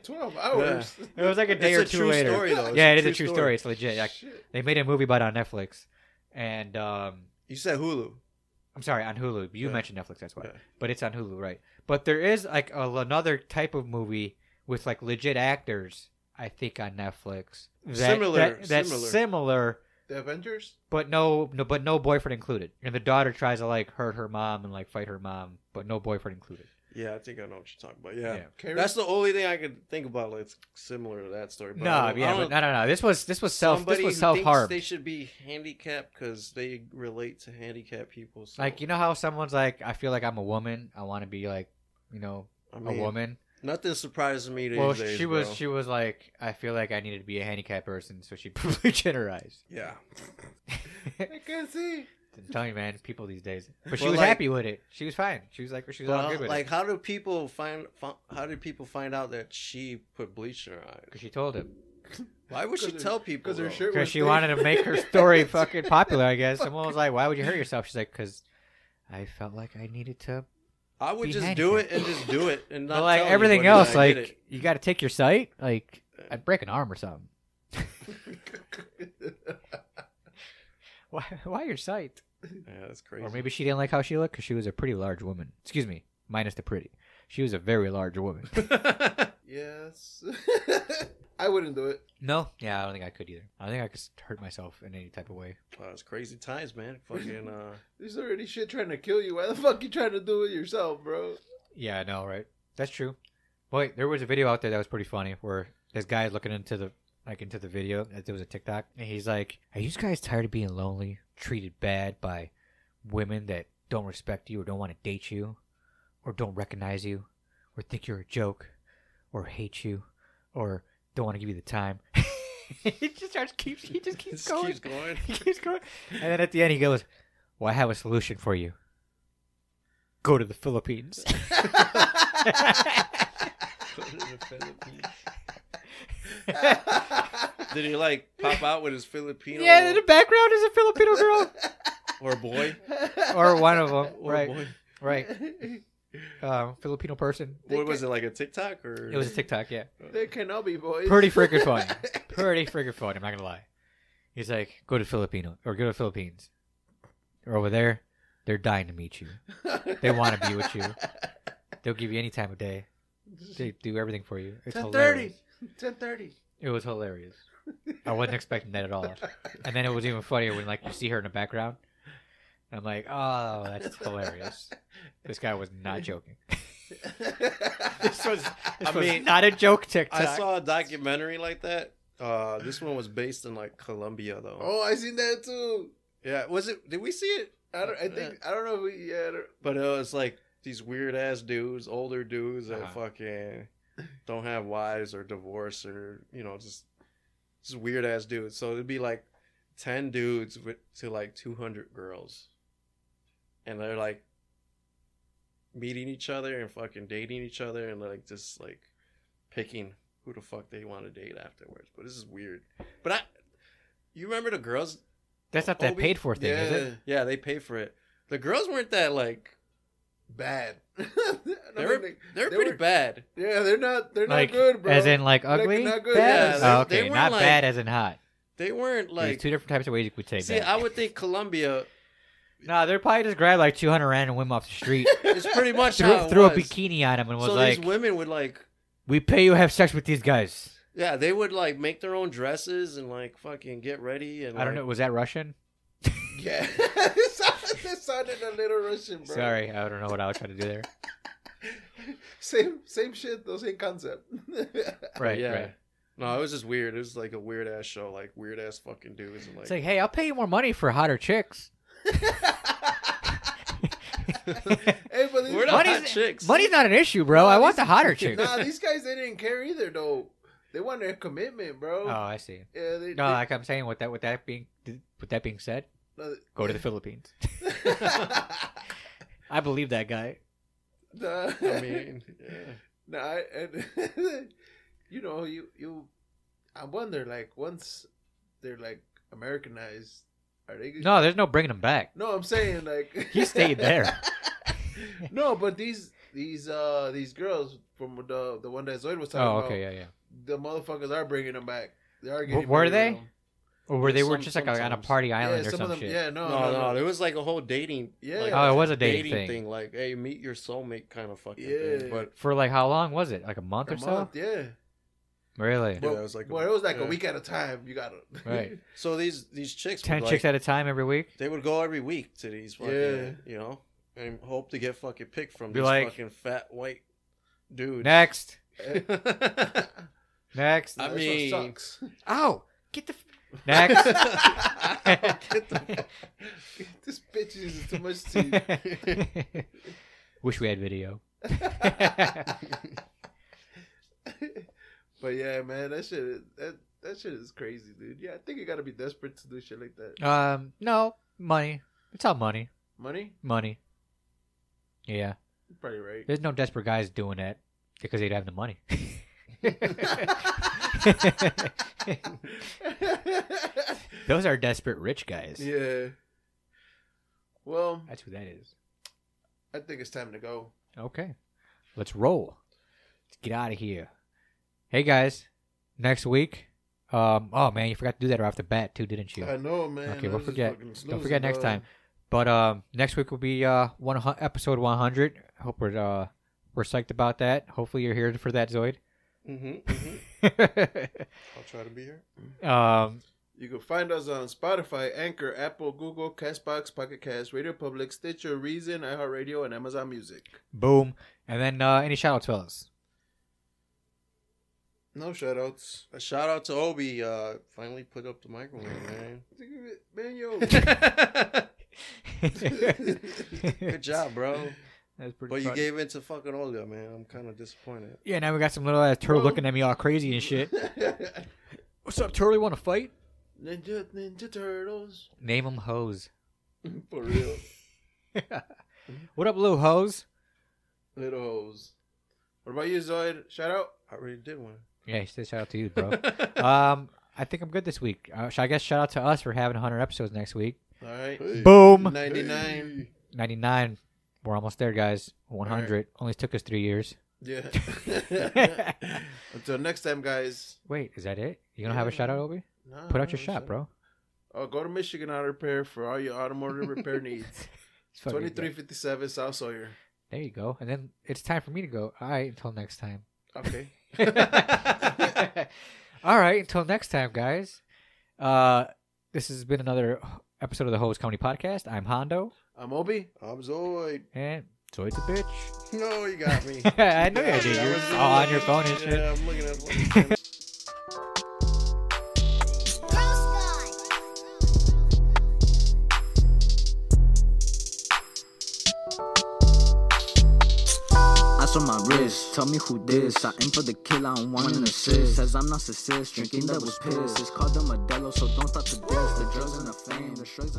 Speaker 2: Twelve hours.
Speaker 1: <laughs> It was like a day
Speaker 3: It's
Speaker 1: or
Speaker 3: a
Speaker 1: two
Speaker 3: true
Speaker 1: later.
Speaker 3: story though. It's
Speaker 1: yeah, it is a true story. It's legit. Like,
Speaker 2: Shit.
Speaker 1: they made a movie about it on Netflix, and um,
Speaker 3: You said Hulu.
Speaker 1: I'm sorry, on Hulu. You
Speaker 3: Yeah.
Speaker 1: mentioned Netflix, that's why.
Speaker 3: Yeah.
Speaker 1: But it's on Hulu, right? But there is like a, another type of movie with like legit actors. I think on Netflix.
Speaker 3: Similar,
Speaker 1: that- that's
Speaker 3: similar.
Speaker 1: similar,
Speaker 2: The Avengers.
Speaker 1: but no, no, but no boyfriend included. And the daughter tries to like hurt her mom and like fight her mom, but no boyfriend included.
Speaker 3: Yeah, I think I know what you're talking about. Yeah.
Speaker 2: Carrie?
Speaker 3: That's the only thing I could think about that's similar to that story. But I
Speaker 1: No,
Speaker 3: don't- I
Speaker 1: yeah,
Speaker 3: don't-
Speaker 1: but no, no, no. This was this was self. This
Speaker 3: somebody
Speaker 1: was
Speaker 3: who
Speaker 1: self
Speaker 3: thinks
Speaker 1: harm.
Speaker 3: They should be handicapped because they relate to handicapped people. So,
Speaker 1: Like you know how someone's like, I feel like I'm a woman. I want to be like, you know,
Speaker 3: I
Speaker 1: a
Speaker 3: mean,
Speaker 1: woman.
Speaker 3: Nothing surprises me these
Speaker 1: Well,
Speaker 3: days.
Speaker 1: she was
Speaker 3: bro.
Speaker 1: she was like, I feel like I needed to be a handicapped person, so she <laughs> genderized. <laughs>
Speaker 3: yeah.
Speaker 2: I can't see.
Speaker 1: I'm telling you, man, people these days. But she
Speaker 3: Well,
Speaker 1: was
Speaker 3: like-
Speaker 1: happy with it. She was fine. She was like, she was all
Speaker 3: Well,
Speaker 1: good with
Speaker 3: like,
Speaker 1: it
Speaker 3: how do people find? fo- How did people find out that she put bleach in her eyes?
Speaker 1: because she told him
Speaker 3: Why would she
Speaker 2: 'Cause her-
Speaker 3: tell people?
Speaker 2: Because her
Speaker 3: though?
Speaker 2: shirt.
Speaker 1: because
Speaker 2: was
Speaker 1: she
Speaker 2: thick.
Speaker 1: wanted to
Speaker 3: <laughs>
Speaker 1: make her story fucking popular. I guess someone was like, "Why would you hurt yourself?" She's like, "Cause I felt like I needed to."
Speaker 3: I would
Speaker 1: be
Speaker 3: just do it
Speaker 1: handicapped.
Speaker 3: and just do it and not
Speaker 1: But like
Speaker 3: tell
Speaker 1: everything
Speaker 3: anybody that
Speaker 1: else,
Speaker 3: I did
Speaker 1: like you got to take your sight. Like I'd break an arm or something. Why? <laughs> Why your sight?
Speaker 3: it. yeah, that's crazy.
Speaker 1: Or maybe she didn't like how she looked because she was a pretty large woman. Excuse me, minus the pretty. She was a very large woman. <laughs>
Speaker 2: yes. <laughs> I wouldn't do it.
Speaker 1: no, yeah, I don't think I could either. I don't think I could s- hurt myself in any type of way.
Speaker 3: Wow, it's crazy times,
Speaker 1: <laughs>
Speaker 3: man. Fucking uh,
Speaker 2: There's already shit trying to kill you. Why the fuck you trying to do it yourself, bro?
Speaker 1: Yeah, I know, right? That's true. Wait, there was a video out there that was pretty funny where this guy is looking into the like into the video. It was a TikTok, and he's like, "Are you guys tired of being lonely, treated bad by women that don't respect you or don't want to date you, or don't recognize you, or think you're a joke, or hate you, or don't want to give you the time?" <laughs> he just starts keeps he just keeps
Speaker 3: just
Speaker 1: going.
Speaker 3: keeps going.
Speaker 1: He keeps going. And then at the end, he goes, Well, I have a solution for you. Go to the Philippines. <laughs>
Speaker 3: <laughs> Did he like pop out with his Filipino
Speaker 1: yeah, in the background is a Filipino girl.
Speaker 3: or boy?
Speaker 2: <laughs>
Speaker 1: or one of them.
Speaker 3: Or
Speaker 1: Right.
Speaker 3: boy?
Speaker 1: Right. Um, Filipino person.
Speaker 3: What was it like a TikTok or
Speaker 1: It was a TikTok, yeah.
Speaker 2: There cannot be boys.
Speaker 1: Pretty freaking funny. Pretty freaking funny. I'm not going to lie. He's like, Go to Filipino or go to Philippines. Or over there, they're dying to meet you.
Speaker 2: <laughs>
Speaker 1: They want to be with you. They'll give you any time of day. They do everything for you. It's
Speaker 2: Ten
Speaker 1: hilarious.
Speaker 2: thirty. Ten <laughs> thirty.
Speaker 1: It was hilarious. I wasn't expecting that at all. And then it was even funnier when like you see her in the background. And I'm like, oh,
Speaker 3: <laughs>
Speaker 1: that's hilarious. This guy was not joking. This was, this
Speaker 3: I
Speaker 1: was
Speaker 3: mean,
Speaker 1: not a joke TikTok.
Speaker 3: I saw a documentary like that. Uh, this one was based in like Colombia though.
Speaker 2: Oh, I seen that too.
Speaker 3: Yeah, was it? Did we see it?
Speaker 2: I don't. I think. I don't know if we. Yeah. I don't-
Speaker 3: But it was like these weird ass dudes, older dudes that
Speaker 1: Uh-huh.
Speaker 3: fucking don't have wives or divorce or you know just just weird ass dudes. So it'd be like ten dudes with, to like two hundred girls, and they're like meeting each other and fucking dating each other and like just like picking who the fuck they want to date afterwards. But this is weird. But I, you remember the girls?
Speaker 1: that's not that
Speaker 3: Obi-
Speaker 1: paid for thing, is it?
Speaker 2: Yeah.
Speaker 3: Yeah, they pay for it. The girls weren't that like
Speaker 2: Bad. <laughs> I
Speaker 3: They were-
Speaker 2: mean, like,
Speaker 3: they're
Speaker 2: They
Speaker 3: pretty
Speaker 2: were-
Speaker 3: bad.
Speaker 2: yeah, they're not. They're
Speaker 1: Like,
Speaker 2: not good, bro.
Speaker 1: as in like
Speaker 2: Like,
Speaker 1: ugly?
Speaker 2: not good,
Speaker 1: Bad?
Speaker 2: yeah.
Speaker 1: Oh,
Speaker 3: They- they
Speaker 1: okay,
Speaker 3: weren't
Speaker 1: not
Speaker 3: like-
Speaker 1: bad as in hot.
Speaker 3: They weren't
Speaker 1: There's
Speaker 3: like
Speaker 1: two different types of ways you could say
Speaker 3: See,
Speaker 1: that.
Speaker 3: I would think Colombia
Speaker 1: Nah, they're probably just grabbed like 200 random women off
Speaker 3: <laughs>
Speaker 1: the street,
Speaker 3: It's
Speaker 1: <laughs>
Speaker 3: pretty much
Speaker 1: threw,
Speaker 3: how it
Speaker 1: threw a
Speaker 3: was.
Speaker 1: bikini on them, and was
Speaker 3: so
Speaker 1: like,
Speaker 3: these women would like,
Speaker 1: "We pay you to have sex with these guys."
Speaker 3: yeah, they would like make their own dresses and like fucking get ready and
Speaker 1: I don't know.
Speaker 3: like-
Speaker 1: Was that Russian?
Speaker 2: <laughs> Yeah, it sounded, it sounded a little Russian, bro.
Speaker 1: Sorry, I don't know what I was trying to do
Speaker 2: <laughs>
Speaker 1: there.
Speaker 2: Same, same shit, though. Same
Speaker 1: <laughs>
Speaker 2: concept. <laughs>
Speaker 1: Right,
Speaker 3: yeah.
Speaker 1: right.
Speaker 3: No, it was just weird. It was like a weird ass show, like weird ass fucking dudes and like,
Speaker 1: It's like, hey, I'll pay you more money for hotter chicks.
Speaker 2: hey, but these,
Speaker 3: we're not
Speaker 1: Money's-
Speaker 3: hot chicks.
Speaker 1: Money's not an issue, bro. Oh, I want the
Speaker 2: <laughs>
Speaker 1: hotter chicks.
Speaker 2: nah, these guys they didn't care either, though. They wanted a commitment, bro.
Speaker 1: Oh, I
Speaker 2: <laughs>
Speaker 1: see.
Speaker 2: yeah, they,
Speaker 1: No,
Speaker 2: they-
Speaker 1: like I'm saying, with that, with that being, with that being said,
Speaker 2: no,
Speaker 1: go to
Speaker 2: <laughs>
Speaker 1: the Philippines. I believe that guy. <laughs>
Speaker 2: Nah.
Speaker 3: I
Speaker 2: <laughs>
Speaker 3: mean, yeah.
Speaker 2: No, I, and <laughs> you know, you you, I wonder, like once they're like Americanized, are they?
Speaker 1: No, there's no bringing him back.
Speaker 2: no, I'm saying like
Speaker 1: <laughs> He stayed there.
Speaker 2: <laughs> no, but these these uh these girls from the the one that Zoid was talking
Speaker 1: Oh,
Speaker 2: about,
Speaker 1: okay, yeah, yeah.
Speaker 2: the motherfuckers are bringing them back. They are
Speaker 1: W-
Speaker 2: getting.
Speaker 1: were
Speaker 2: rid of
Speaker 1: they?
Speaker 2: them.
Speaker 1: Or were they were
Speaker 3: Some-
Speaker 1: just like on a
Speaker 3: sometimes.
Speaker 1: party island
Speaker 2: yeah,
Speaker 1: or
Speaker 2: some of
Speaker 1: some
Speaker 2: them.
Speaker 1: shit?
Speaker 2: Yeah, no,
Speaker 3: no,
Speaker 2: no, no,
Speaker 3: There was like a whole dating,
Speaker 2: Yeah.
Speaker 3: like,
Speaker 1: Oh, it was a dating, thing.
Speaker 3: Like, hey, meet your soulmate kind of fucking
Speaker 2: Yeah.
Speaker 3: thing. But
Speaker 1: For like how long was it? Like a month
Speaker 2: A
Speaker 1: or
Speaker 2: month,
Speaker 1: so?
Speaker 2: yeah.
Speaker 1: Really?
Speaker 3: Yeah,
Speaker 2: Well,
Speaker 3: it was like a-
Speaker 2: well, it was like a
Speaker 3: yeah.
Speaker 2: week at a time. You got to
Speaker 1: <laughs>
Speaker 2: <laughs>
Speaker 1: Right.
Speaker 3: so these these chicks,
Speaker 1: Ten
Speaker 3: would,
Speaker 1: chicks
Speaker 3: like,
Speaker 1: at a time every week.
Speaker 3: they would go every week to these fucking,
Speaker 2: Yeah.
Speaker 3: you know, and hope to get fucking picked from
Speaker 1: Be
Speaker 3: these
Speaker 1: like-
Speaker 3: fucking fat white dudes.
Speaker 1: Next,
Speaker 3: I
Speaker 1: next.
Speaker 3: I
Speaker 2: this
Speaker 3: mean-
Speaker 2: one sucks.
Speaker 1: Ow! Get the f-
Speaker 2: <laughs>
Speaker 1: next.
Speaker 3: don't get
Speaker 1: <laughs>
Speaker 3: the
Speaker 2: this bitch is too much tea.
Speaker 1: Wish we had video.
Speaker 2: <laughs> but yeah, man, that shit that that shit is crazy, dude. Yeah, I think you gotta be desperate to do shit like that.
Speaker 1: <laughs> um, no money. It's all money,
Speaker 2: Money,
Speaker 1: money. Yeah,
Speaker 2: You're probably right.
Speaker 1: there's no desperate guys doing that because they'd have the money. <laughs> Those are desperate rich guys.
Speaker 2: <laughs> yeah. Well,
Speaker 1: That's who that is.
Speaker 2: I think it's time to go.
Speaker 1: Okay. Let's roll. Let's get out of here. Hey guys, next week. Um, oh man, you forgot to do that right off the bat too, didn't you?
Speaker 2: I know, man.
Speaker 1: Okay,
Speaker 2: I
Speaker 1: we'll
Speaker 2: was just
Speaker 1: forget.
Speaker 2: fucking
Speaker 1: Don't
Speaker 2: snoozing,
Speaker 1: forget next
Speaker 2: dog.
Speaker 1: time. But um, next week will be uh one hu- episode one hundred. Hope we're uh we're psyched about that. Hopefully you're here for that, Zoid. <laughs>
Speaker 3: hmm hmm I'll try to be here.
Speaker 1: um,
Speaker 2: You can find us on Spotify, Anchor, Apple, Google, Castbox, Pocket Cast, Radio Public, Stitcher, Reason, iHeartRadio, and Amazon Music.
Speaker 1: boom. And then uh, any shout outs, fellas? <laughs>
Speaker 2: No shoutouts.
Speaker 3: A shout out to Obi. Uh, finally put up the microwave, man.
Speaker 2: Man, yo.
Speaker 1: <laughs>
Speaker 3: Good job, bro.
Speaker 1: That's pretty.
Speaker 3: But you
Speaker 1: funny.
Speaker 3: gave in to fucking Olga, man. I'm kind of disappointed.
Speaker 1: Yeah, now we got some little ass turtle
Speaker 2: Well-
Speaker 1: looking at me all crazy and <laughs> shit. What's up, turtle? You want to fight?
Speaker 2: <laughs> Ninja, Ninja Turtles.
Speaker 1: Name them <laughs> hoes.
Speaker 2: For real.
Speaker 1: What up, little hoes?
Speaker 2: Little hoes. What about you, Zoid? Shout out.
Speaker 3: I already did one.
Speaker 1: Yeah, he said shout out to you, <laughs> bro. um, I think I'm good this week. Uh, sh- I guess shout out to us for having 100 episodes next week.
Speaker 2: <laughs> All right.
Speaker 1: Boom.
Speaker 2: 99.
Speaker 1: 99. We're almost there, guys. 100. Only took us three years.
Speaker 2: Yeah.
Speaker 1: <laughs>
Speaker 2: <laughs> Until next time, guys.
Speaker 1: Wait, is that it? You gonna have a
Speaker 2: Yeah.
Speaker 1: shout out, Obi?
Speaker 2: Nah,
Speaker 1: Put out
Speaker 2: nah,
Speaker 1: your shot,
Speaker 2: shout-
Speaker 1: bro.
Speaker 2: Oh, go to Michigan Auto Repair for all your automotive repair needs.
Speaker 1: It's fucking-
Speaker 2: 2357 South Sawyer.
Speaker 1: There you go. And then it's time for me to go. All right, until next time. <laughs>
Speaker 2: Okay.
Speaker 1: All right, until next time, guys. Uh, this has been another episode of the Hose Comedy Podcast. I'm Hondo,
Speaker 2: I'm Obi.
Speaker 3: I'm Zoid. <laughs>
Speaker 1: and Zoid's a bitch.
Speaker 3: No, you got me.
Speaker 1: <laughs> I know you did.
Speaker 3: I
Speaker 1: You're
Speaker 3: was
Speaker 1: all on
Speaker 3: looking-
Speaker 1: your phone and shit.
Speaker 3: Yeah, I'm looking at fucking-
Speaker 5: Eyes on my wrist, tell me who this. I aim for the kill, I don't want an assist. Says I'm narcissist, drinking that was piss. It's called the Modelo, so don't stop to diss. The drugs and the fame, the shrugs. and-